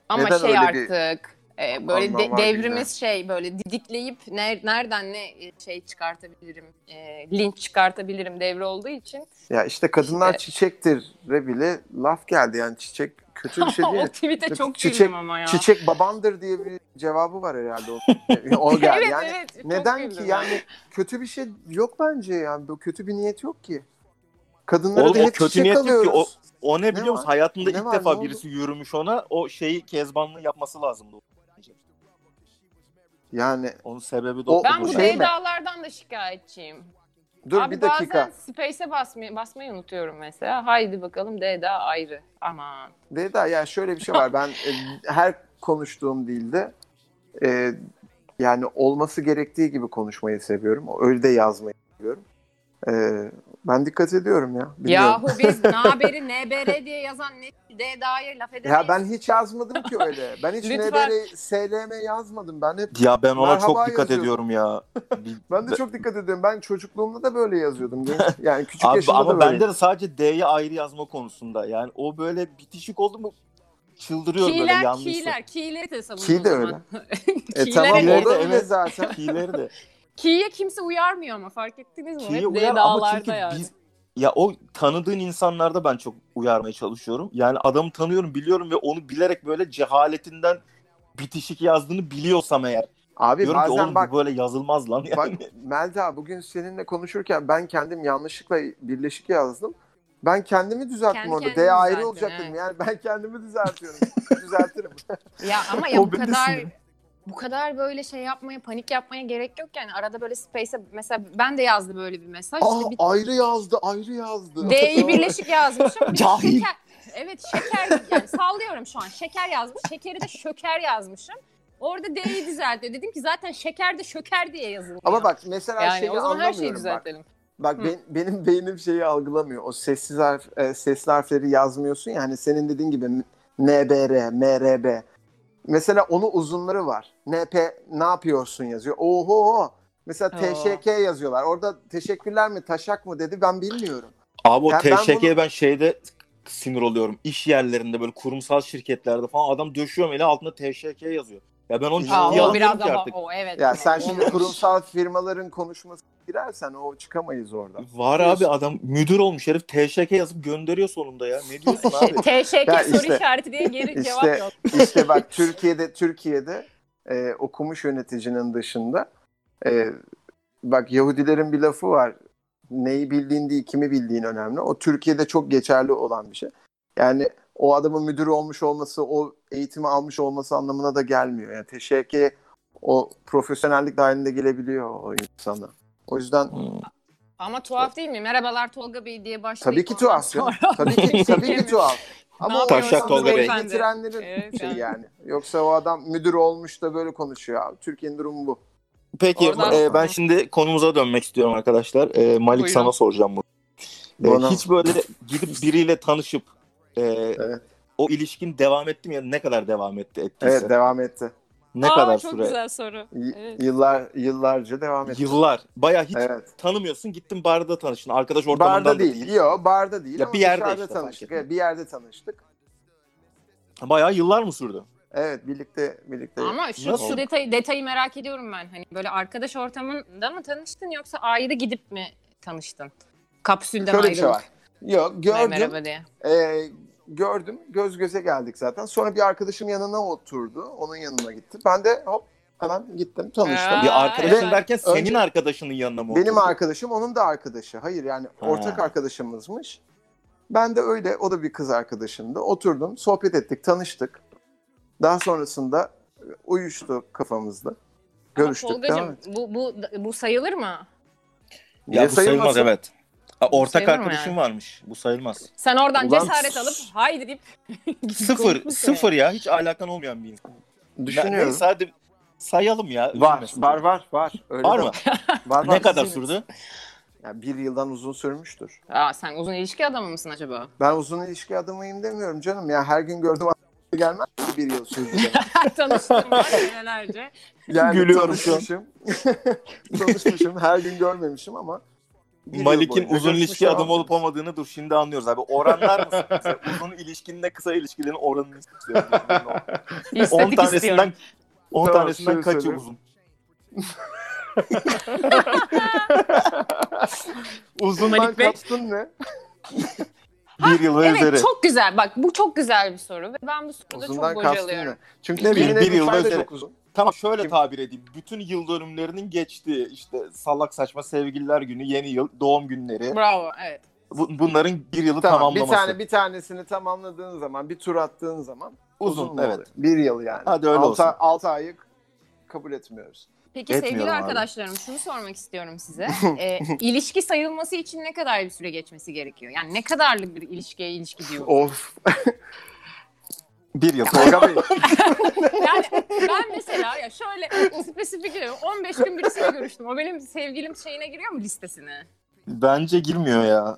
[SPEAKER 3] Ama
[SPEAKER 1] Neden
[SPEAKER 3] şey
[SPEAKER 1] öyle bir-
[SPEAKER 3] artık Ee, böyle de-
[SPEAKER 1] Anlam var
[SPEAKER 3] devrimiz şey böyle didikleyip ner- nereden ne şey çıkartabilirim, e, linç çıkartabilirim devri olduğu için
[SPEAKER 1] Ya işte kadınlar
[SPEAKER 3] İşte-
[SPEAKER 1] çiçektir re bile laf geldi yani çiçek kötü bir şey değil.
[SPEAKER 3] o tweet'e çok
[SPEAKER 1] Çiçek-
[SPEAKER 3] güldüm ama ya.
[SPEAKER 1] çiçek babandır diye bir cevabı var herhalde. O, E, o geldi.
[SPEAKER 3] evet,
[SPEAKER 1] yani
[SPEAKER 3] evet, çok
[SPEAKER 1] neden ki
[SPEAKER 3] güldüm.
[SPEAKER 1] yani kötü bir şey yok bence yani Bu kötü bir niyet yok ki. Kadınlara
[SPEAKER 2] Oğlum
[SPEAKER 1] da
[SPEAKER 2] o
[SPEAKER 1] hep
[SPEAKER 2] kötü
[SPEAKER 1] çiçek
[SPEAKER 2] niyet yok ki.
[SPEAKER 1] alıyoruz.
[SPEAKER 2] O, o ne
[SPEAKER 1] Ne
[SPEAKER 2] biliyor musun?
[SPEAKER 1] var?
[SPEAKER 2] Hayatında
[SPEAKER 1] Ne
[SPEAKER 2] ilk
[SPEAKER 1] var, ne
[SPEAKER 2] defa
[SPEAKER 1] oldu?
[SPEAKER 2] birisi yürümüş ona o şeyi kezbanlığı yapması lazımdı.
[SPEAKER 1] Yani
[SPEAKER 2] Onun sebebi de
[SPEAKER 1] O-
[SPEAKER 2] o.
[SPEAKER 3] Ben bu
[SPEAKER 1] şey mi?
[SPEAKER 3] Beyda'lardan da şikayetçiyim.
[SPEAKER 1] dur
[SPEAKER 3] Abi
[SPEAKER 1] bir dakika.
[SPEAKER 3] bazen space'e basmayı, basmayı unutuyorum mesela. Haydi bakalım D'da ayrı. Aman.
[SPEAKER 1] Deda ya şöyle bir şey var. Ben e, her konuştuğum dilde e, yani olması gerektiği gibi konuşmayı seviyorum. Öyle de yazmayı seviyorum. E, ben dikkat ediyorum ya. Biliyorum.
[SPEAKER 3] Yahu biz naberi nebere diye yazan ne D'da'ya laf
[SPEAKER 1] Ya,
[SPEAKER 3] edemeyiz.
[SPEAKER 1] ben hiç yazmadım ki öyle. Ben hiç
[SPEAKER 3] Lütfen.
[SPEAKER 1] NBR, SLM yazmadım. Ben hep
[SPEAKER 2] Ya ben ona
[SPEAKER 1] Merhaba
[SPEAKER 2] çok dikkat
[SPEAKER 1] yazıyorum.
[SPEAKER 2] ediyorum ya. Bir-
[SPEAKER 1] ben de çok dikkat ediyorum. Ben çocukluğumda da böyle yazıyordum. Genç- Yani küçük
[SPEAKER 2] Abi,
[SPEAKER 1] yaşımda
[SPEAKER 2] ama
[SPEAKER 1] da böyle.
[SPEAKER 2] bende de sadece D'yi ayrı yazma konusunda. Yani o böyle bitişik oldu mu çıldırıyor böyle
[SPEAKER 3] Kiler,
[SPEAKER 2] yanlış.
[SPEAKER 3] kiler, kileri de savunun
[SPEAKER 1] Ki de
[SPEAKER 3] o
[SPEAKER 1] öyle.
[SPEAKER 3] zaman.
[SPEAKER 1] E
[SPEAKER 3] Ki'lere
[SPEAKER 1] tamam
[SPEAKER 2] Kilere
[SPEAKER 1] o
[SPEAKER 2] de
[SPEAKER 1] da öyle
[SPEAKER 2] evet.
[SPEAKER 1] zaten.
[SPEAKER 2] Ki'leri de.
[SPEAKER 3] Ki'ye kimse uyarmıyor ama fark ettiniz mi?
[SPEAKER 2] Ki'ye
[SPEAKER 3] Hep
[SPEAKER 2] uyar ama
[SPEAKER 3] D'da'larda
[SPEAKER 2] çünkü
[SPEAKER 3] yani.
[SPEAKER 2] biz ya o tanıdığın insanlarda ben çok uyarmaya çalışıyorum. Yani adamı tanıyorum, biliyorum ve onu bilerek böyle cehaletinden bitişik yazdığını biliyorsam eğer.
[SPEAKER 1] Abi
[SPEAKER 2] diyorum ki
[SPEAKER 1] bazen
[SPEAKER 2] oğlum bu
[SPEAKER 1] bak
[SPEAKER 2] böyle yazılmaz lan. Yani.
[SPEAKER 1] Bak Melda bugün seninle konuşurken ben kendim yanlışlıkla birleşik yazdım. Ben kendimi düzelttim
[SPEAKER 3] Kendi
[SPEAKER 1] orada.
[SPEAKER 3] kendini
[SPEAKER 1] D ayrı
[SPEAKER 3] düzelttin,
[SPEAKER 1] olacak dedim.
[SPEAKER 3] evet.
[SPEAKER 1] Yani ben kendimi düzeltiyorum. Düzeltirim.
[SPEAKER 3] Ya ama ya bu
[SPEAKER 2] O bilirsin
[SPEAKER 3] kadar
[SPEAKER 2] de.
[SPEAKER 3] bu kadar böyle şey yapmaya, panik yapmaya gerek yok yani. Arada böyle space'e mesela ben de yazdı böyle bir mesaj.
[SPEAKER 1] Aa
[SPEAKER 3] İşte bir
[SPEAKER 1] ayrı yazdı, ayrı yazdı.
[SPEAKER 3] D'yi birleşik yazmışım. Bir de
[SPEAKER 2] Cahil.
[SPEAKER 3] Şeker, evet şeker yani sallıyorum şu an. Şeker yazmış. Şekeri de şöker yazmışım. Orada D'yi düzeltiyor. Dedim ki zaten şeker de şöker diye yazılıyor.
[SPEAKER 1] Ama bak mesela
[SPEAKER 3] yani
[SPEAKER 1] şeyi
[SPEAKER 3] o zaman her şey şeyi
[SPEAKER 1] anlamıyorum bak.
[SPEAKER 3] düzeltelim.
[SPEAKER 1] Bak
[SPEAKER 3] Hı.
[SPEAKER 1] ben- benim beynim şeyi algılamıyor. O sessiz harf, e, sesli harfleri yazmıyorsun ya hani senin dediğin gibi NBR, MRB. Mesela onu uzunları var. NP ne yapıyorsun yazıyor. Oho. Mesela
[SPEAKER 3] Oo.
[SPEAKER 1] TŞK yazıyorlar. Orada teşekkürler mi taşak mı dedi ben bilmiyorum.
[SPEAKER 2] Abi o
[SPEAKER 1] Ya ben
[SPEAKER 2] TŞK'ye ben,
[SPEAKER 1] bunu-
[SPEAKER 2] şeyde sinir oluyorum. İş yerlerinde böyle kurumsal şirketlerde falan adam döşüyor eli altında TŞK yazıyor. Ya ben onu ciddiye
[SPEAKER 1] Aa,
[SPEAKER 3] Aa, o
[SPEAKER 2] almıyorum
[SPEAKER 3] biraz
[SPEAKER 2] ki
[SPEAKER 3] ama
[SPEAKER 2] artık.
[SPEAKER 3] o evet.
[SPEAKER 1] Ya
[SPEAKER 3] o-
[SPEAKER 1] sen şimdi
[SPEAKER 3] olmamış.
[SPEAKER 1] kurumsal firmaların konuşması girersen o çıkamayız oradan.
[SPEAKER 2] Var abi adam müdür olmuş herif TŞK yazıp gönderiyor sonunda ya. Ne diyorsun abi?
[SPEAKER 3] TŞK
[SPEAKER 1] Ya
[SPEAKER 3] soru
[SPEAKER 1] işte-
[SPEAKER 3] işareti diye geri cevap
[SPEAKER 1] işte-
[SPEAKER 3] yok.
[SPEAKER 1] İşte bak Türkiye'de Türkiye'de e, okumuş yöneticinin dışında e, bak Yahudilerin bir lafı var. Neyi bildiğin değil, kimi bildiğin önemli. O Türkiye'de çok geçerli olan bir şey. Yani o adamın müdür olmuş olması, o eğitimi almış olması anlamına da gelmiyor. Yani teşekkür o profesyonellik dahilinde gelebiliyor o insana. O yüzden
[SPEAKER 3] Ama tuhaf değil mi? Merhabalar Tolga Bey diye başlayıp
[SPEAKER 1] tabii ki
[SPEAKER 3] ondan
[SPEAKER 1] tuhaf. ya.
[SPEAKER 3] sonra-
[SPEAKER 1] Tabii ki, tabii ki tuhaf. Ama o
[SPEAKER 3] yapıyorsunuz
[SPEAKER 2] Taşak Tolga Bey.
[SPEAKER 1] insanları getirenlerin
[SPEAKER 3] Evet,
[SPEAKER 1] şey
[SPEAKER 3] yani.
[SPEAKER 1] yani. Yoksa o adam müdür olmuş da böyle konuşuyor abi. Türkiye'nin durumu bu.
[SPEAKER 2] Peki
[SPEAKER 3] Oradan-
[SPEAKER 2] e, ben şimdi konumuza dönmek istiyorum arkadaşlar. E, Malik
[SPEAKER 3] Buyurun.
[SPEAKER 2] sana soracağım bunu. E,
[SPEAKER 1] Bana mı?
[SPEAKER 2] hiç böyle gidip biriyle tanışıp e,
[SPEAKER 1] Evet.
[SPEAKER 2] o ilişkin devam etti mi ya ne kadar devam etti ettiyse?
[SPEAKER 1] Evet devam etti.
[SPEAKER 2] ne
[SPEAKER 3] Aa,
[SPEAKER 2] kadar
[SPEAKER 3] çok
[SPEAKER 2] süre?
[SPEAKER 3] güzel soru.
[SPEAKER 1] Y-
[SPEAKER 3] Evet.
[SPEAKER 1] Yıllar yıllarca devam etti.
[SPEAKER 2] Yıllar. Bayağı hiç
[SPEAKER 1] Evet.
[SPEAKER 2] tanımıyorsun. Gittin barda tanıştın. Arkadaş ortamından
[SPEAKER 1] Barda
[SPEAKER 2] da
[SPEAKER 1] değil. Yok barda değil
[SPEAKER 2] Ya
[SPEAKER 1] ama
[SPEAKER 2] bir yerde
[SPEAKER 1] dışarıda
[SPEAKER 2] işte, fark
[SPEAKER 1] tanıştık.
[SPEAKER 2] etmez.
[SPEAKER 1] Evet, bir yerde tanıştık.
[SPEAKER 2] Bayağı yıllar mı sürdü?
[SPEAKER 1] Evet birlikte birlikte.
[SPEAKER 3] Ama şu,
[SPEAKER 2] Nasıl?
[SPEAKER 3] şu detayı, detayı merak ediyorum ben. Hani böyle arkadaş ortamında mı tanıştın yoksa ayrı gidip mi tanıştın? Kapsülden
[SPEAKER 1] Şöyle bir
[SPEAKER 3] ayrılıp
[SPEAKER 1] şey var. Yok
[SPEAKER 3] mer-
[SPEAKER 1] gördüm.
[SPEAKER 3] merhaba diye.
[SPEAKER 1] Ee, gördüm. Göz göze geldik zaten. Sonra bir arkadaşım yanına oturdu. Onun yanına gitti. Ben de hop hemen gittim tanıştım.
[SPEAKER 3] Aa,
[SPEAKER 2] bir arkadaşın
[SPEAKER 3] evet.
[SPEAKER 2] derken senin
[SPEAKER 1] Önce-
[SPEAKER 2] arkadaşının yanına mı
[SPEAKER 1] Benim
[SPEAKER 2] oturdun?
[SPEAKER 1] arkadaşım onun da arkadaşı. Hayır yani ortak arkadaşımızmış. Ben de öyle o da bir kız arkadaşımdı. Oturdum, sohbet ettik, tanıştık. Daha sonrasında e, uyuştu kafamızda. Görüştük.
[SPEAKER 3] Ama
[SPEAKER 1] devam
[SPEAKER 3] Tolgacığım
[SPEAKER 1] ettik.
[SPEAKER 3] bu, bu, bu sayılır mı?
[SPEAKER 2] Ya
[SPEAKER 1] Niye
[SPEAKER 2] bu sayılmaz
[SPEAKER 1] sayılmasın?
[SPEAKER 2] evet. Ha, Ortak
[SPEAKER 3] sayılır mı
[SPEAKER 2] arkadaşın
[SPEAKER 3] yani?
[SPEAKER 2] varmış. Bu sayılmaz.
[SPEAKER 3] Sen oradan
[SPEAKER 1] Ulan-
[SPEAKER 3] cesaret alıp haydi deyip gidip
[SPEAKER 2] Sıfır.
[SPEAKER 3] konuşmuşsun
[SPEAKER 2] sıfır ya. Hiç alakan olmayan bir insan. Ne,
[SPEAKER 1] Düşünüyorum.
[SPEAKER 2] neyse hadi sayalım ya.
[SPEAKER 1] var,
[SPEAKER 2] üzülmesin.
[SPEAKER 1] var, var, var. Öyle
[SPEAKER 2] Var
[SPEAKER 1] de-
[SPEAKER 2] mı?
[SPEAKER 1] Var, var.
[SPEAKER 2] ne kadar sürdü?
[SPEAKER 1] Ya bir yıldan uzun sürmüştür.
[SPEAKER 3] yani. Aa, sen uzun ilişki adamı mısın acaba?
[SPEAKER 1] Ben uzun ilişki adamıyım demiyorum canım. Ya her gün gördüm gelmez ki bir yıl sürdü. demek.
[SPEAKER 3] Tanıştım var senelerce.
[SPEAKER 1] Yani
[SPEAKER 2] Gülüyorum şu an.
[SPEAKER 1] tanışmışım. tanışmışım. Her gün görmemişim ama. bir yıl
[SPEAKER 2] Malik'in
[SPEAKER 1] boyunca
[SPEAKER 2] uzun
[SPEAKER 1] görüşmüş
[SPEAKER 2] ilişki adamı
[SPEAKER 1] adamım.
[SPEAKER 2] olup olmadığını dur şimdi anlıyoruz abi. Oranlar mısın? Mesela uzun ilişkinle kısa ilişkilerin oranını istiyorum. 10
[SPEAKER 3] İstatik istiyorum.
[SPEAKER 2] tanesinden 10
[SPEAKER 1] Tamam,
[SPEAKER 2] tanesinden
[SPEAKER 1] şöyle
[SPEAKER 2] kaçı
[SPEAKER 1] söyleyeyim.
[SPEAKER 2] uzun?
[SPEAKER 1] Uzundan
[SPEAKER 3] Malik Bey.
[SPEAKER 1] kastın ne?
[SPEAKER 2] Bir yıl ve
[SPEAKER 3] Evet
[SPEAKER 2] üzeri.
[SPEAKER 3] çok güzel. Bak bu çok güzel bir soru ve ben bu soruda
[SPEAKER 1] Uzundan
[SPEAKER 3] çok
[SPEAKER 1] kastın ne?
[SPEAKER 3] bocalıyorum.
[SPEAKER 1] Çünkü
[SPEAKER 2] Ne bileyim,
[SPEAKER 1] yine
[SPEAKER 2] bir
[SPEAKER 1] bir
[SPEAKER 2] yılda
[SPEAKER 1] yılda
[SPEAKER 2] üzeri.
[SPEAKER 1] çok uzun.
[SPEAKER 2] Tamam şöyle tabir edeyim. Bütün yıl dönümlerinin geçtiği işte salak saçma sevgililer günü, yeni yıl, doğum günleri.
[SPEAKER 3] Bravo evet.
[SPEAKER 2] Bu- bunların bir yılı
[SPEAKER 1] Tamam, bir
[SPEAKER 2] tamamlaması.
[SPEAKER 1] tane bir tanesini tamamladığın zaman, bir tur attığın zaman
[SPEAKER 2] Uzun,
[SPEAKER 1] uzun, mu
[SPEAKER 2] evet.
[SPEAKER 1] oluyor? Bir yıl yani.
[SPEAKER 2] Hadi öyle
[SPEAKER 1] altı,
[SPEAKER 2] olsun.
[SPEAKER 1] altı ayı kabul etmiyoruz.
[SPEAKER 3] Peki
[SPEAKER 2] Etmiyorum
[SPEAKER 3] sevgili
[SPEAKER 2] abi.
[SPEAKER 3] arkadaşlarım şunu sormak istiyorum size. Ee, ilişki sayılması için ne kadar bir süre geçmesi gerekiyor? Yani ne kadarlık bir ilişkiye ilişki diyor?
[SPEAKER 1] Of.
[SPEAKER 2] Bir yıl.
[SPEAKER 1] Tolga Bey.
[SPEAKER 3] Yani ben mesela ya şöyle spesifik diyorum. 15 gün birisiyle görüştüm. O benim sevgilim şeyine giriyor mu listesine?
[SPEAKER 2] Bence girmiyor ya.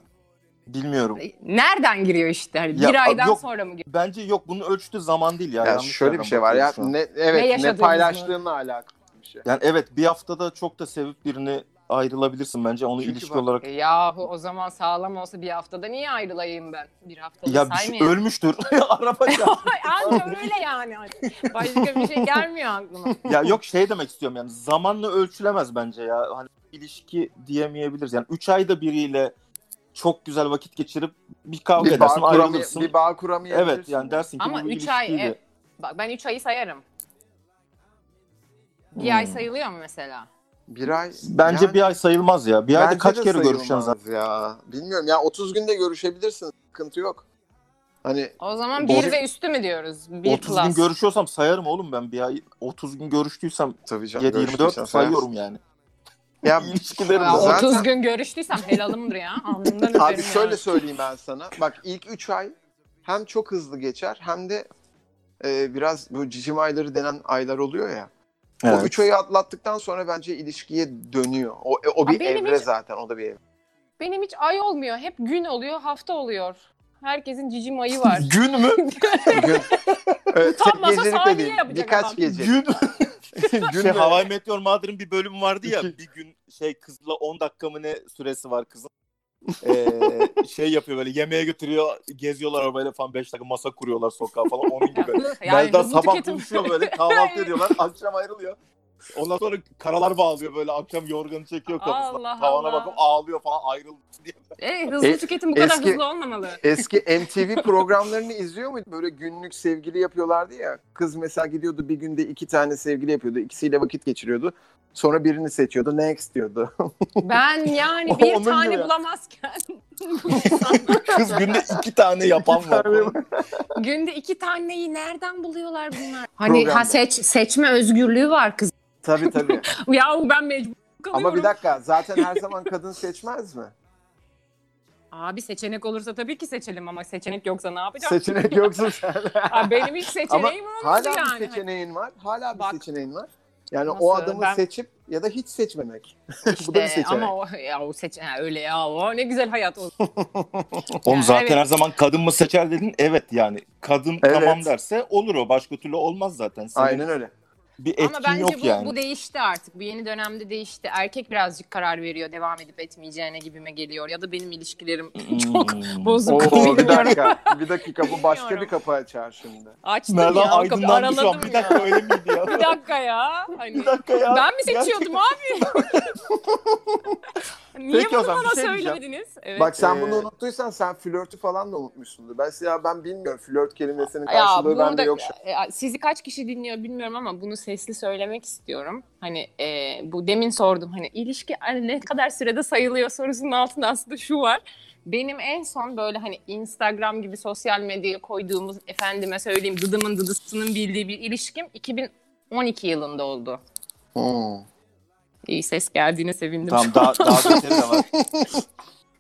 [SPEAKER 2] Bilmiyorum.
[SPEAKER 3] Nereden giriyor işte? Hani
[SPEAKER 2] Ya,
[SPEAKER 3] bir aydan
[SPEAKER 2] yok.
[SPEAKER 3] sonra mı giriyor?
[SPEAKER 2] Bence yok bunun ölçtüsü zaman değil ya.
[SPEAKER 1] Ya
[SPEAKER 2] Yanlış
[SPEAKER 1] şöyle bir
[SPEAKER 2] yerden
[SPEAKER 1] şey var ya.
[SPEAKER 2] bakıyoruz şu an.
[SPEAKER 1] Ne,
[SPEAKER 3] Ne
[SPEAKER 1] evet ne,
[SPEAKER 3] yaşadığımızla.
[SPEAKER 1] paylaştığınla alakalı bir şey.
[SPEAKER 2] Yani evet bir haftada çok da sevip birini ayrılabilirsin bence onu
[SPEAKER 1] Çünkü
[SPEAKER 2] ilişki
[SPEAKER 1] bak-
[SPEAKER 2] olarak.
[SPEAKER 3] E, Yahu o zaman sağlam olsa bir haftada niye ayrılayım ben? Bir haftada
[SPEAKER 2] Ya bir şey
[SPEAKER 3] saymayayım.
[SPEAKER 2] ölmüştür. Araba çarptı.
[SPEAKER 3] Ay, anca öyle yani. artık. Başka bir şey gelmiyor aklıma.
[SPEAKER 2] ya yok şey demek istiyorum yani zamanla ölçülemez bence ya. Hani ilişki diyemeyebiliriz. Yani 3 ayda biriyle çok güzel vakit geçirip bir kavga
[SPEAKER 1] Bir bağ,
[SPEAKER 2] edersin
[SPEAKER 1] kuramay-
[SPEAKER 2] ayrılırsın.
[SPEAKER 1] bir bağ kuramayabilirsin.
[SPEAKER 2] evet yani dersin ki
[SPEAKER 3] Ama
[SPEAKER 2] bu bir
[SPEAKER 3] 3 ay
[SPEAKER 2] ilişkiydi.
[SPEAKER 3] e, bak ben 3 ayı sayarım. Bir ay
[SPEAKER 2] Hmm.
[SPEAKER 3] sayılıyor mu mesela?
[SPEAKER 1] Bir ay.
[SPEAKER 2] Bence
[SPEAKER 1] yani-
[SPEAKER 2] bir ay sayılmaz ya. Bir ayda
[SPEAKER 1] Bence
[SPEAKER 2] kaç
[SPEAKER 1] de
[SPEAKER 2] kere görüşeceksin
[SPEAKER 1] sayılmaz
[SPEAKER 2] zaten.
[SPEAKER 1] Ya. Bilmiyorum ya 30 günde görüşebilirsin. Sıkıntı yok. Hani
[SPEAKER 3] O zaman
[SPEAKER 2] Doğru.
[SPEAKER 3] 1 ve üstü mü diyoruz? 1
[SPEAKER 2] 30
[SPEAKER 3] plus.
[SPEAKER 2] gün görüşüyorsam sayarım oğlum ben bir ay. 30 gün görüştüysem
[SPEAKER 1] tabii canım.
[SPEAKER 2] 7-24 sayıyorum yani.
[SPEAKER 1] Ya
[SPEAKER 2] İlişkilerim
[SPEAKER 3] Ya
[SPEAKER 1] Zaten-
[SPEAKER 2] de.
[SPEAKER 3] 30 gün görüştüysem helalımdır ya. Alnımdan öperim
[SPEAKER 1] abi
[SPEAKER 3] ya.
[SPEAKER 1] şöyle söyleyeyim ben sana. Bak ilk 3 ay hem çok hızlı geçer hem de e, biraz bu cicim ayları denen aylar oluyor ya. O
[SPEAKER 2] Evet.
[SPEAKER 1] 3 ayı atlattıktan sonra bence ilişkiye dönüyor. O, e, o
[SPEAKER 3] Abi
[SPEAKER 1] bir
[SPEAKER 3] benim
[SPEAKER 1] evre
[SPEAKER 3] hiç-
[SPEAKER 1] zaten. O da bir evre.
[SPEAKER 3] Benim hiç ay olmuyor. Hep gün oluyor, hafta oluyor. Herkesin cicim ayı var.
[SPEAKER 2] Gün mü?
[SPEAKER 1] Gün. Evet, tek
[SPEAKER 3] Utanmasa
[SPEAKER 1] gecelik de
[SPEAKER 3] saniye
[SPEAKER 1] değil.
[SPEAKER 3] yapacak
[SPEAKER 1] Birkaç
[SPEAKER 3] adam.
[SPEAKER 1] gece.
[SPEAKER 2] Gün.
[SPEAKER 1] Gün
[SPEAKER 2] şey,
[SPEAKER 1] mü?
[SPEAKER 2] Hawaii Meteor Mother'ın bir bölümü vardı ya. bir gün şey kızla 10 dakika mı ne süresi var kızın. Ee, şey yapıyor böyle yemeğe götürüyor. Geziyorlar arabayla falan 5 dakika masa kuruyorlar sokağa falan. Onun gibi. Melda
[SPEAKER 3] hızlı
[SPEAKER 2] sabah
[SPEAKER 3] tüketim-
[SPEAKER 2] buluşuyor böyle kahvaltı ediyorlar. Akşam ayrılıyor. Ondan sonra karalar bağlıyor böyle akşam yorganı çekiyor kafasına.
[SPEAKER 3] Allah
[SPEAKER 2] Tavana
[SPEAKER 3] Allah.
[SPEAKER 2] bakıp ağlıyor falan ayrıldı diye.
[SPEAKER 3] E, hızlı
[SPEAKER 1] E,
[SPEAKER 3] tüketim bu kadar
[SPEAKER 1] eski-
[SPEAKER 3] hızlı olmamalı.
[SPEAKER 1] Eski MTV programlarını izliyor muydun? Böyle günlük sevgili yapıyorlardı ya. Kız mesela gidiyordu bir günde iki tane sevgili yapıyordu. ikisiyle vakit geçiriyordu. Sonra birini seçiyordu. Next diyordu.
[SPEAKER 3] Ben yani
[SPEAKER 2] Onun
[SPEAKER 3] bir
[SPEAKER 2] gibi
[SPEAKER 3] tane
[SPEAKER 2] ya.
[SPEAKER 3] bulamazken
[SPEAKER 2] Kız günde iki tane yapan var.
[SPEAKER 3] günde iki taneyi nereden buluyorlar bunlar? Hani
[SPEAKER 1] Programda.
[SPEAKER 3] ha, seç, seçme özgürlüğü var kız.
[SPEAKER 1] tabii tabii.
[SPEAKER 3] Yahu ben mecbur kalıyorum.
[SPEAKER 1] Ama bir dakika zaten her zaman kadın seçmez mi?
[SPEAKER 3] Abi seçenek olursa tabii ki seçelim ama seçenek yoksa ne yapacağım?
[SPEAKER 1] Seçenek yoksa sen.
[SPEAKER 3] Abi benim hiç seçeneğim
[SPEAKER 1] Hala
[SPEAKER 3] olmadı yani.
[SPEAKER 1] bir seçeneğin var. Hala bir
[SPEAKER 3] Bak.
[SPEAKER 1] seçeneğin var. Yani o
[SPEAKER 3] Nasıl?
[SPEAKER 1] adamı
[SPEAKER 3] Ben-
[SPEAKER 1] seçip ya da hiç seçmemek. Bu da bir
[SPEAKER 3] İşte,
[SPEAKER 1] seçenek.
[SPEAKER 3] Ee, ama o, ya, o seç ha, öyle ya o ne güzel hayat o.
[SPEAKER 2] Oğlum
[SPEAKER 3] Yani
[SPEAKER 2] zaten
[SPEAKER 3] evet.
[SPEAKER 2] her zaman kadın mı seçer dedin? Evet yani. Kadın
[SPEAKER 1] Evet.
[SPEAKER 2] tamam derse olur o. Başka türlü olmaz zaten. Senin
[SPEAKER 1] Aynen öyle.
[SPEAKER 2] bir etkin
[SPEAKER 3] Ama bence
[SPEAKER 2] yok
[SPEAKER 3] bu,
[SPEAKER 2] yani.
[SPEAKER 3] bu değişti artık. Bu yeni dönemde değişti. Erkek birazcık karar veriyor devam edip etmeyeceğine gibime geliyor. Ya da benim ilişkilerim çok
[SPEAKER 2] Hmm.
[SPEAKER 3] bozuk.
[SPEAKER 1] Oo, bir
[SPEAKER 3] bilmiyorum.
[SPEAKER 1] dakika. Bir dakika bu başka
[SPEAKER 3] Bilmiyorum.
[SPEAKER 1] bir kapı açar şimdi.
[SPEAKER 3] Açtım
[SPEAKER 2] Merdan
[SPEAKER 3] ya. o kapıyı,
[SPEAKER 2] aydınlandı şu
[SPEAKER 3] araladım
[SPEAKER 2] an. Bir
[SPEAKER 3] ya.
[SPEAKER 2] dakika öyle miydi ya?
[SPEAKER 3] Bir dakika ya. Hani,
[SPEAKER 2] Bir dakika ya.
[SPEAKER 3] ben mi seçiyordum abi? Niye
[SPEAKER 2] Peki o
[SPEAKER 3] bunu
[SPEAKER 2] zaman bir
[SPEAKER 3] bana
[SPEAKER 2] şey diyeceğim.
[SPEAKER 3] söylemediniz? Evet. e,
[SPEAKER 1] Bak sen
[SPEAKER 2] Ee,
[SPEAKER 1] bunu unuttuysan sen flörtü falan da unutmuşsundur. Ben ya ben bilmiyorum flört kelimesinin
[SPEAKER 3] ya
[SPEAKER 1] karşılığı
[SPEAKER 3] bunu
[SPEAKER 1] bende
[SPEAKER 3] da,
[SPEAKER 1] yok. şu an.
[SPEAKER 3] e, sizi kaç kişi dinliyor bilmiyorum ama bunu sesli söylemek istiyorum. Hani e, bu demin sordum hani ilişki hani ne kadar sürede sayılıyor sorusunun altında aslında şu var. Benim en son böyle hani Instagram gibi sosyal medyaya koyduğumuz efendime söyleyeyim dıdımın dıdısının bildiği bir ilişkim 2012 yılında oldu.
[SPEAKER 2] Hmm.
[SPEAKER 3] İyi ses geldiğine sevindim.
[SPEAKER 2] Tamam daha, daha beteri de var.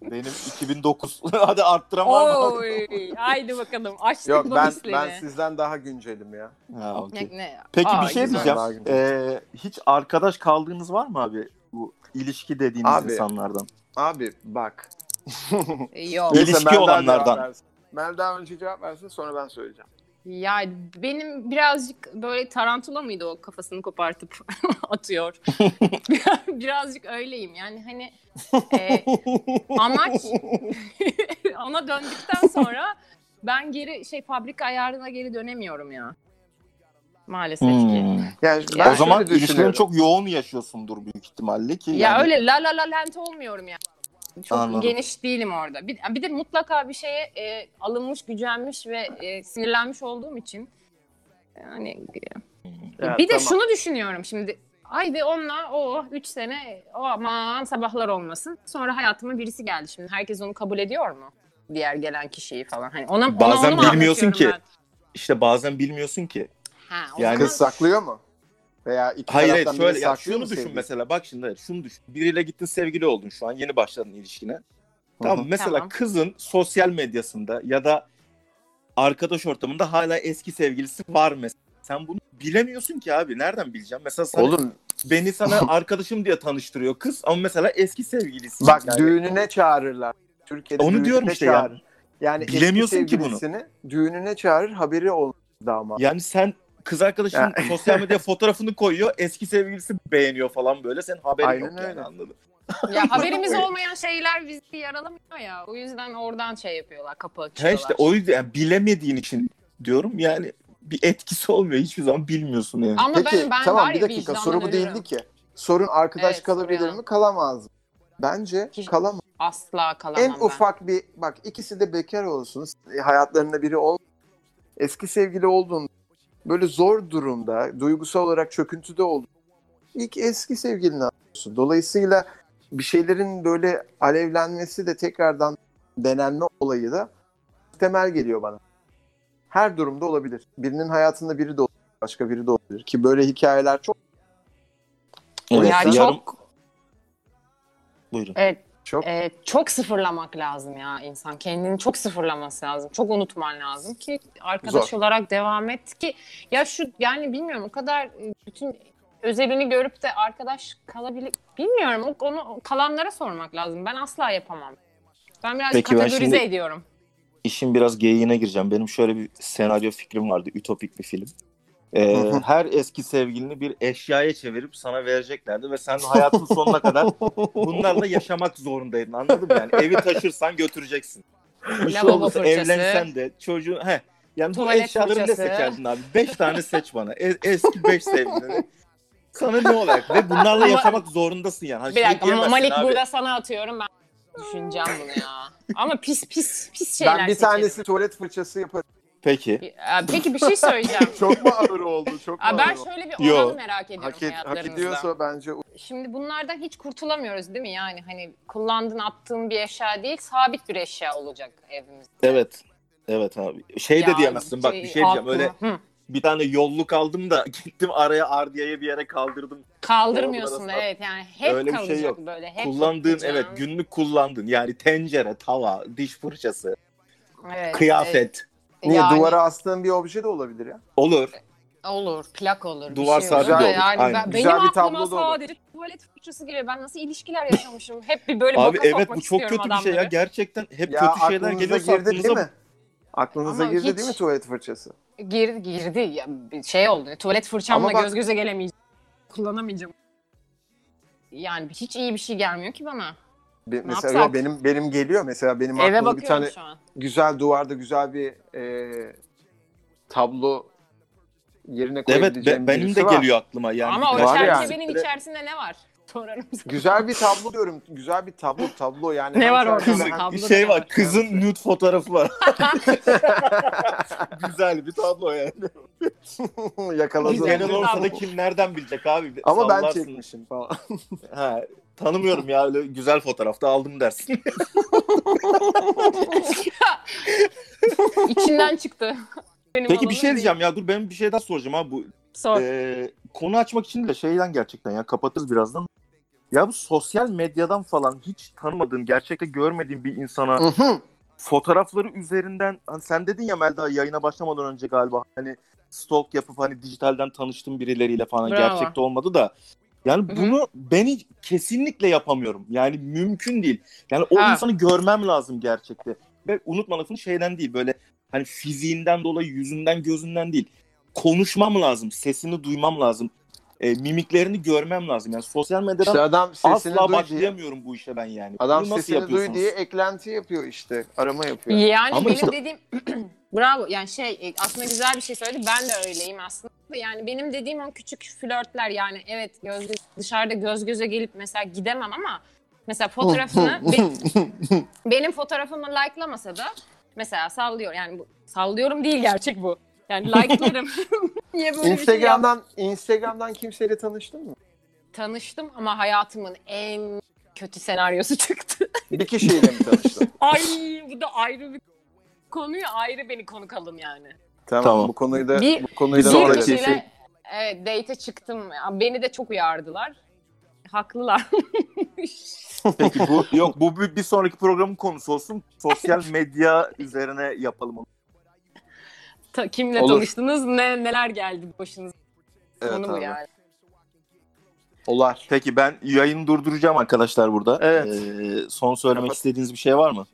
[SPEAKER 2] Benim 2009. Hadi arttıran var mı?
[SPEAKER 3] Oy, haydi bakalım açtık
[SPEAKER 1] Yok
[SPEAKER 3] bu
[SPEAKER 1] ben
[SPEAKER 3] listeni.
[SPEAKER 1] ben sizden daha güncelim ya.
[SPEAKER 2] Ha, okey.
[SPEAKER 3] Ne- ne-
[SPEAKER 2] Peki
[SPEAKER 3] Aa,
[SPEAKER 2] bir şey
[SPEAKER 3] güzel.
[SPEAKER 1] diyeceğim.
[SPEAKER 2] diyeceğim. Ee, hiç arkadaş kaldığınız var mı abi? Bu ilişki dediğiniz
[SPEAKER 1] Abi.
[SPEAKER 2] insanlardan.
[SPEAKER 1] Abi bak.
[SPEAKER 3] Yok.
[SPEAKER 2] İlişki
[SPEAKER 1] Neyse, Melda
[SPEAKER 2] olanlardan.
[SPEAKER 1] cevap versin. Melda önce cevap versin sonra ben söyleyeceğim.
[SPEAKER 3] Ya benim birazcık böyle tarantula mıydı o kafasını kopartıp atıyor. birazcık öyleyim yani hani e, amaç ona döndükten sonra ben geri şey fabrika ayarına geri dönemiyorum ya. maalesef ki.
[SPEAKER 2] Hmm.
[SPEAKER 1] Yani
[SPEAKER 3] Ya-
[SPEAKER 1] ben şöyle
[SPEAKER 2] O zaman
[SPEAKER 1] düşünüyorum.
[SPEAKER 2] ilişkilerini çok yoğun yaşıyorsundur büyük ihtimalle ki.
[SPEAKER 3] Ya
[SPEAKER 2] yani-
[SPEAKER 3] öyle la la la lent olmuyorum yani. Çok
[SPEAKER 2] Anladım.
[SPEAKER 3] geniş değilim orada. Bir, bir de mutlaka bir şeye e, alınmış, gücenmiş ve e, sinirlenmiş olduğum için yani
[SPEAKER 1] Ya,
[SPEAKER 3] bir de
[SPEAKER 1] tamam.
[SPEAKER 3] şunu düşünüyorum şimdi. Haydi onunla o 3 sene o aman sabahlar olmasın. Sonra hayatıma birisi geldi şimdi. Herkes onu kabul ediyor mu? Diğer gelen kişiyi falan. Hani ona, ona
[SPEAKER 2] Bazen
[SPEAKER 3] onu mu
[SPEAKER 2] bilmiyorsun
[SPEAKER 3] anlatıyorum
[SPEAKER 2] İşte bazen bilmiyorsun ki.
[SPEAKER 3] ben? Ha, o
[SPEAKER 2] Yani-
[SPEAKER 3] zaman-
[SPEAKER 1] Kız saklıyor mu? Veya iki
[SPEAKER 2] Hayır hayır
[SPEAKER 1] taraftan
[SPEAKER 2] şöyle
[SPEAKER 1] biri
[SPEAKER 2] ya
[SPEAKER 1] saklıyor
[SPEAKER 2] şunu
[SPEAKER 1] mu
[SPEAKER 2] düşün
[SPEAKER 1] sevgilisi?
[SPEAKER 2] mesela bak şimdi hayır, şunu düşün. Biriyle gittin sevgili oldun şu an yeni başladın ilişkine. Tamam mı? mesela
[SPEAKER 3] Tamam.
[SPEAKER 2] kızın sosyal medyasında ya da arkadaş ortamında hala eski sevgilisi var mesela. Sen bunu bilemiyorsun ki abi. Nereden bileceğim? Mesela sana,
[SPEAKER 1] Oğlum
[SPEAKER 2] beni sana arkadaşım diye tanıştırıyor kız ama mesela eski sevgilisi.
[SPEAKER 1] bak
[SPEAKER 2] Yani
[SPEAKER 1] düğününe çağırırlar. Türkiye'de
[SPEAKER 2] Onu
[SPEAKER 1] düğününe
[SPEAKER 2] diyorum işte
[SPEAKER 1] çağırır. Yani eski
[SPEAKER 2] Bilemiyorsun ki bunu.
[SPEAKER 1] sevgilisini Düğününe çağırır haberi olmaz damat.
[SPEAKER 2] Yani sen kız arkadaşın
[SPEAKER 1] Ya.
[SPEAKER 2] sosyal medya fotoğrafını koyuyor. Eski sevgilisi beğeniyor falan böyle. Sen haberin
[SPEAKER 1] Aynen
[SPEAKER 2] yok yani
[SPEAKER 1] öyle.
[SPEAKER 2] anladın.
[SPEAKER 3] Ya haberimiz olmayan şeyler bizi yaralamıyor ya. O yüzden oradan şey yapıyorlar, kapı
[SPEAKER 2] Ha
[SPEAKER 3] açıyorlar.
[SPEAKER 2] işte o yüzden yani bilemediğin için diyorum yani bir etkisi olmuyor. Hiçbir zaman bilmiyorsun yani.
[SPEAKER 3] Ama
[SPEAKER 1] Peki
[SPEAKER 3] ben, ben
[SPEAKER 1] tamam
[SPEAKER 3] var
[SPEAKER 1] bir
[SPEAKER 3] ya
[SPEAKER 1] dakika
[SPEAKER 3] vicdandan
[SPEAKER 1] soru bu
[SPEAKER 3] ölüyorum.
[SPEAKER 1] değildi ki. Sorun arkadaş
[SPEAKER 3] Evet,
[SPEAKER 1] kalabilir
[SPEAKER 3] soruyalım.
[SPEAKER 1] mi kalamaz mı? Bence
[SPEAKER 3] Hiç-
[SPEAKER 1] kalamaz.
[SPEAKER 3] Asla kalamam
[SPEAKER 1] En
[SPEAKER 3] ben.
[SPEAKER 1] ufak bir bak ikisi de bekar olsun. Hayatlarında biri ol. Eski sevgili olduğun böyle zor durumda, duygusal olarak çöküntüde olduğun ilk eski sevgilini arıyorsun. Dolayısıyla bir şeylerin böyle alevlenmesi de tekrardan denenme olayı da temel geliyor bana. Her durumda olabilir. Birinin hayatında biri de olabilir, başka biri de olabilir. Ki böyle hikayeler çok
[SPEAKER 2] Evet,
[SPEAKER 3] Ya
[SPEAKER 2] yarım-
[SPEAKER 3] çok
[SPEAKER 2] Buyurun.
[SPEAKER 3] evet,
[SPEAKER 1] çok
[SPEAKER 3] e, çok sıfırlamak lazım ya insan. Kendini çok sıfırlaması lazım. Çok unutman lazım ki arkadaş
[SPEAKER 1] Zor.
[SPEAKER 3] olarak devam et ki ya şu yani bilmiyorum o kadar e, bütün özelini görüp de arkadaş kalabilir bilmiyorum o- onu kalanlara sormak lazım. Ben asla yapamam. Ben biraz
[SPEAKER 2] Peki ben
[SPEAKER 3] kategorize
[SPEAKER 2] şimdi-
[SPEAKER 3] ediyorum.
[SPEAKER 2] İşin biraz geyiğine gireceğim. Benim şöyle bir senaryo fikrim vardı. Ütopik bir film. Ee,
[SPEAKER 1] Hı hı.
[SPEAKER 2] her eski sevgilini bir eşyaya çevirip sana vereceklerdi ve sen hayatın sonuna kadar bunlarla yaşamak zorundaydın. Anladın mı? Yani evi taşırsan götüreceksin. Bir şey
[SPEAKER 3] Lavabo
[SPEAKER 2] olursa
[SPEAKER 3] fırçası.
[SPEAKER 2] evlensen de çocuğun... He, yani bu
[SPEAKER 3] Tuvalet
[SPEAKER 2] eşyaları ne
[SPEAKER 3] fırçası.
[SPEAKER 2] seçerdin abi? Beş tane seç bana. E- eski beş sevgilini. Sana ne olacak? Ve bunlarla
[SPEAKER 3] Ama-
[SPEAKER 2] yaşamak zorundasın yani. Hani
[SPEAKER 3] Bir
[SPEAKER 2] şey
[SPEAKER 3] dakika ama
[SPEAKER 2] diyemezsin
[SPEAKER 3] Malik
[SPEAKER 2] abi.
[SPEAKER 3] burada sana atıyorum ben düşüneceğim bunu ya. Ama pis pis pis şeyler
[SPEAKER 1] ben bir
[SPEAKER 3] seçerim.
[SPEAKER 1] tanesi tuvalet fırçası yaparım.
[SPEAKER 2] Peki.
[SPEAKER 3] Ee, Peki bir şey söyleyeceğim.
[SPEAKER 1] Çok mu ağır oldu? Çok mu
[SPEAKER 3] Aa, ben
[SPEAKER 1] ağır oldu?
[SPEAKER 3] şöyle bir oran
[SPEAKER 2] Yo.
[SPEAKER 3] merak ediyorum
[SPEAKER 1] Hak, et, hak
[SPEAKER 3] hayatlarımızda.
[SPEAKER 1] ediyorsa bence
[SPEAKER 3] Şimdi bunlardan hiç kurtulamıyoruz değil mi? Yani hani kullandığın attığın bir eşya değil sabit bir eşya olacak evimizde.
[SPEAKER 2] Evet. Evet abi. Şey de
[SPEAKER 3] Ya,
[SPEAKER 2] diyemezsin bak bir şey diyeceğim.
[SPEAKER 3] aklıma-
[SPEAKER 2] Öyle
[SPEAKER 3] Hı.
[SPEAKER 2] bir tane yolluk aldım da gittim araya ardiyaya bir yere kaldırdım.
[SPEAKER 3] Kaldırmıyorsun da
[SPEAKER 2] Arasına-
[SPEAKER 3] evet yani hep
[SPEAKER 2] Öyle bir şey
[SPEAKER 3] kalacak
[SPEAKER 2] yok.
[SPEAKER 3] böyle. Hep
[SPEAKER 2] kullandığın
[SPEAKER 3] tutacağım.
[SPEAKER 2] evet günlük kullandın. Yani tencere, tava, diş fırçası,
[SPEAKER 3] Evet,
[SPEAKER 2] kıyafet.
[SPEAKER 3] evet.
[SPEAKER 1] Niye
[SPEAKER 3] E, Yani
[SPEAKER 1] duvara astığın bir obje de olabilir ya.
[SPEAKER 2] Olur.
[SPEAKER 3] Olur, plak olur. bir
[SPEAKER 2] Duvar
[SPEAKER 3] şey
[SPEAKER 2] sabit
[SPEAKER 3] olur.
[SPEAKER 2] olur,
[SPEAKER 3] Yani
[SPEAKER 2] aynen.
[SPEAKER 3] ben,
[SPEAKER 1] Güzel
[SPEAKER 3] benim
[SPEAKER 1] bir
[SPEAKER 3] aklıma
[SPEAKER 1] tablo da olur.
[SPEAKER 3] sadece tuvalet fırçası geliyor. Ben nasıl ilişkiler yaşamışım. Hep bir böyle
[SPEAKER 2] abi
[SPEAKER 3] boka
[SPEAKER 2] evet
[SPEAKER 3] sokmak
[SPEAKER 2] bu çok kötü
[SPEAKER 3] istiyorum
[SPEAKER 2] bir şey ya.
[SPEAKER 3] adamları.
[SPEAKER 2] Gerçekten hep
[SPEAKER 1] Ya
[SPEAKER 2] kötü şeyler
[SPEAKER 1] aklınıza
[SPEAKER 2] geliyor
[SPEAKER 1] girdi değil mi? Aklınıza
[SPEAKER 3] Ama
[SPEAKER 1] girdi
[SPEAKER 3] hiç-
[SPEAKER 1] değil mi tuvalet fırçası?
[SPEAKER 3] Girdi, girdi. Ya, bir şey oldu. Tuvalet fırçamla
[SPEAKER 1] Ama bak-
[SPEAKER 3] göz göze gelemeyeceğim. Kullanamayacağım. Yani hiç iyi bir şey gelmiyor ki bana.
[SPEAKER 1] Be- mesela
[SPEAKER 3] yapsak?
[SPEAKER 1] yok, benim benim geliyor mesela benim
[SPEAKER 3] Eve
[SPEAKER 1] aklıma
[SPEAKER 3] bakıyorum
[SPEAKER 1] bir tane
[SPEAKER 3] şu an.
[SPEAKER 1] güzel duvarda güzel bir e, tablo yerine
[SPEAKER 2] Evet
[SPEAKER 1] koyabileceğim
[SPEAKER 2] be- benim de
[SPEAKER 1] birisi var.
[SPEAKER 2] geliyor aklıma yani.
[SPEAKER 3] Ama o
[SPEAKER 1] var
[SPEAKER 3] çerçevenin
[SPEAKER 1] yani.
[SPEAKER 3] içerisinde ne var? Sorarım sana.
[SPEAKER 1] Güzel bir tablo diyorum. Güzel bir tablo tablo yani.
[SPEAKER 3] Ne
[SPEAKER 1] Hem
[SPEAKER 3] var orada?
[SPEAKER 1] çerçeve-
[SPEAKER 2] Kız,
[SPEAKER 3] Tablo da
[SPEAKER 2] şey
[SPEAKER 3] var.
[SPEAKER 2] var kızın nude fotoğrafı var. Güzel bir tablo yani.
[SPEAKER 1] Yakaladım.
[SPEAKER 3] Güzel
[SPEAKER 2] Genel
[SPEAKER 3] bir
[SPEAKER 2] olsa da
[SPEAKER 3] tablo.
[SPEAKER 2] kim nereden bilecek abi?
[SPEAKER 1] Ama ben
[SPEAKER 2] Sallarsın.
[SPEAKER 1] çekmişim falan.
[SPEAKER 2] Ha, tanımıyorum ya öyle güzel fotoğrafta aldım dersin.
[SPEAKER 3] İçinden çıktı. Benim
[SPEAKER 2] Peki bir
[SPEAKER 3] olanım
[SPEAKER 2] şey
[SPEAKER 3] değil.
[SPEAKER 2] diyeceğim ya dur ben bir şey daha soracağım abi bu.
[SPEAKER 3] Sor.
[SPEAKER 2] Ee, konu açmak için de şeyden gerçekten ya kapatırız birazdan. Ya bu sosyal medyadan falan hiç tanımadığın, gerçekte görmediğin bir insana fotoğrafları üzerinden hani sen dedin ya Melda yayına başlamadan önce galiba hani stalk yapıp hani dijitalden tanıştım birileriyle falan
[SPEAKER 3] Bravo.
[SPEAKER 2] gerçekte olmadı da yani
[SPEAKER 3] Hı hı.
[SPEAKER 2] bunu beni kesinlikle yapamıyorum. Yani mümkün değil. Yani o
[SPEAKER 3] Ha.
[SPEAKER 2] insanı görmem lazım gerçekte. Ve unutma lafını şeyden değil böyle hani fiziğinden dolayı yüzünden gözünden değil. Konuşmam lazım. Sesini duymam lazım. e, mimiklerini görmem lazım. Yani sosyal medyadan
[SPEAKER 1] İşte adam sesini
[SPEAKER 2] asla
[SPEAKER 1] duy diye,
[SPEAKER 2] başlayamıyorum bu işe ben yani.
[SPEAKER 1] adam
[SPEAKER 2] Bunu nasıl
[SPEAKER 1] sesini duy
[SPEAKER 2] yapıyorsunuz?
[SPEAKER 1] diye eklenti yapıyor işte. Arama yapıyor.
[SPEAKER 3] Yani
[SPEAKER 2] Ama
[SPEAKER 3] benim
[SPEAKER 2] işte-
[SPEAKER 3] dediğim bravo yani şey e, aslında güzel bir şey söyledi ben de öyleyim aslında yani benim dediğim o küçük flörtler yani evet göz göz- dışarıda göz göze gelip mesela gidemem ama mesela fotoğrafını be- benim fotoğrafımı like'lamasa da mesela sallıyor yani bu, sallıyorum değil gerçek bu yani like'larım niye böyle bir şey yap-
[SPEAKER 1] Instagram'dan Instagram'dan kimseyle tanıştın mı?
[SPEAKER 3] tanıştım ama hayatımın en kötü senaryosu çıktı
[SPEAKER 1] Bir kişiyle mi tanıştın?
[SPEAKER 3] ay bu da ayrı bir konuyu ayrı beni konu kalın yani
[SPEAKER 1] tamam,
[SPEAKER 2] Tamam.
[SPEAKER 1] bu konuyu da
[SPEAKER 3] Bir-
[SPEAKER 1] bu konuyu da
[SPEAKER 2] bir
[SPEAKER 1] sonra
[SPEAKER 2] kişi-
[SPEAKER 1] kesin.
[SPEAKER 3] kişiyle evet, date'e çıktım. Beni de çok uyardılar. Haklılar.
[SPEAKER 2] Peki bu yok bu bir, bir sonraki programın konusu olsun. Sosyal medya üzerine yapalım onu.
[SPEAKER 3] Ta- Kimle
[SPEAKER 1] Olur.
[SPEAKER 3] tanıştınız? Ne neler geldi başınıza?
[SPEAKER 1] Evet,
[SPEAKER 3] Onu bu
[SPEAKER 1] abi.
[SPEAKER 3] yani.
[SPEAKER 1] Olar.
[SPEAKER 2] Peki ben yayını durduracağım arkadaşlar burada.
[SPEAKER 1] Evet.
[SPEAKER 2] Ee, son söylemek
[SPEAKER 1] Kapat.
[SPEAKER 2] istediğiniz bir şey var mı?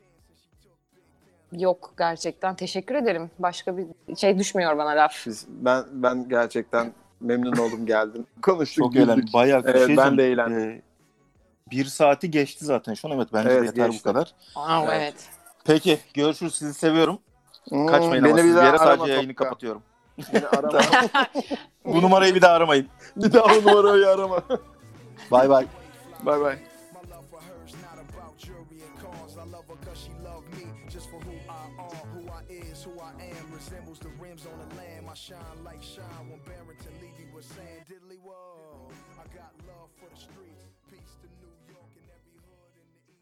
[SPEAKER 3] Yok gerçekten teşekkür ederim. Başka bir şey düşmüyor bana laf.
[SPEAKER 1] Biz, ben ben gerçekten memnun oldum geldim. Konuştuk.
[SPEAKER 2] Çok
[SPEAKER 1] güldük.
[SPEAKER 2] eğlendim. Bayağı bir
[SPEAKER 1] Evet,
[SPEAKER 2] şey
[SPEAKER 1] ben de
[SPEAKER 2] diyeceğim.
[SPEAKER 1] eğlendim.
[SPEAKER 2] Ee, bir saati geçti zaten şu an evet bence de
[SPEAKER 1] Evet,
[SPEAKER 2] yeter
[SPEAKER 1] geçti.
[SPEAKER 2] bu kadar.
[SPEAKER 3] Aa,
[SPEAKER 1] Evet.
[SPEAKER 3] evet.
[SPEAKER 2] Peki görüşürüz sizi seviyorum.
[SPEAKER 1] Hmm,
[SPEAKER 2] Kaçmayın ama
[SPEAKER 1] beni
[SPEAKER 2] siz bir yere
[SPEAKER 1] arama
[SPEAKER 2] sadece yayını
[SPEAKER 1] Topka.
[SPEAKER 2] kapatıyorum.
[SPEAKER 1] Beni arama.
[SPEAKER 2] Bu numarayı bir daha aramayın.
[SPEAKER 1] bir daha o numarayı arama.
[SPEAKER 2] Bay bay.
[SPEAKER 1] Bay bay.
[SPEAKER 4] My love for her is not about jewelry and cars. I love her cause she loved me just for who I am. Who I is, who I am resembles the rims on the lamb. I shine like shine when Barrington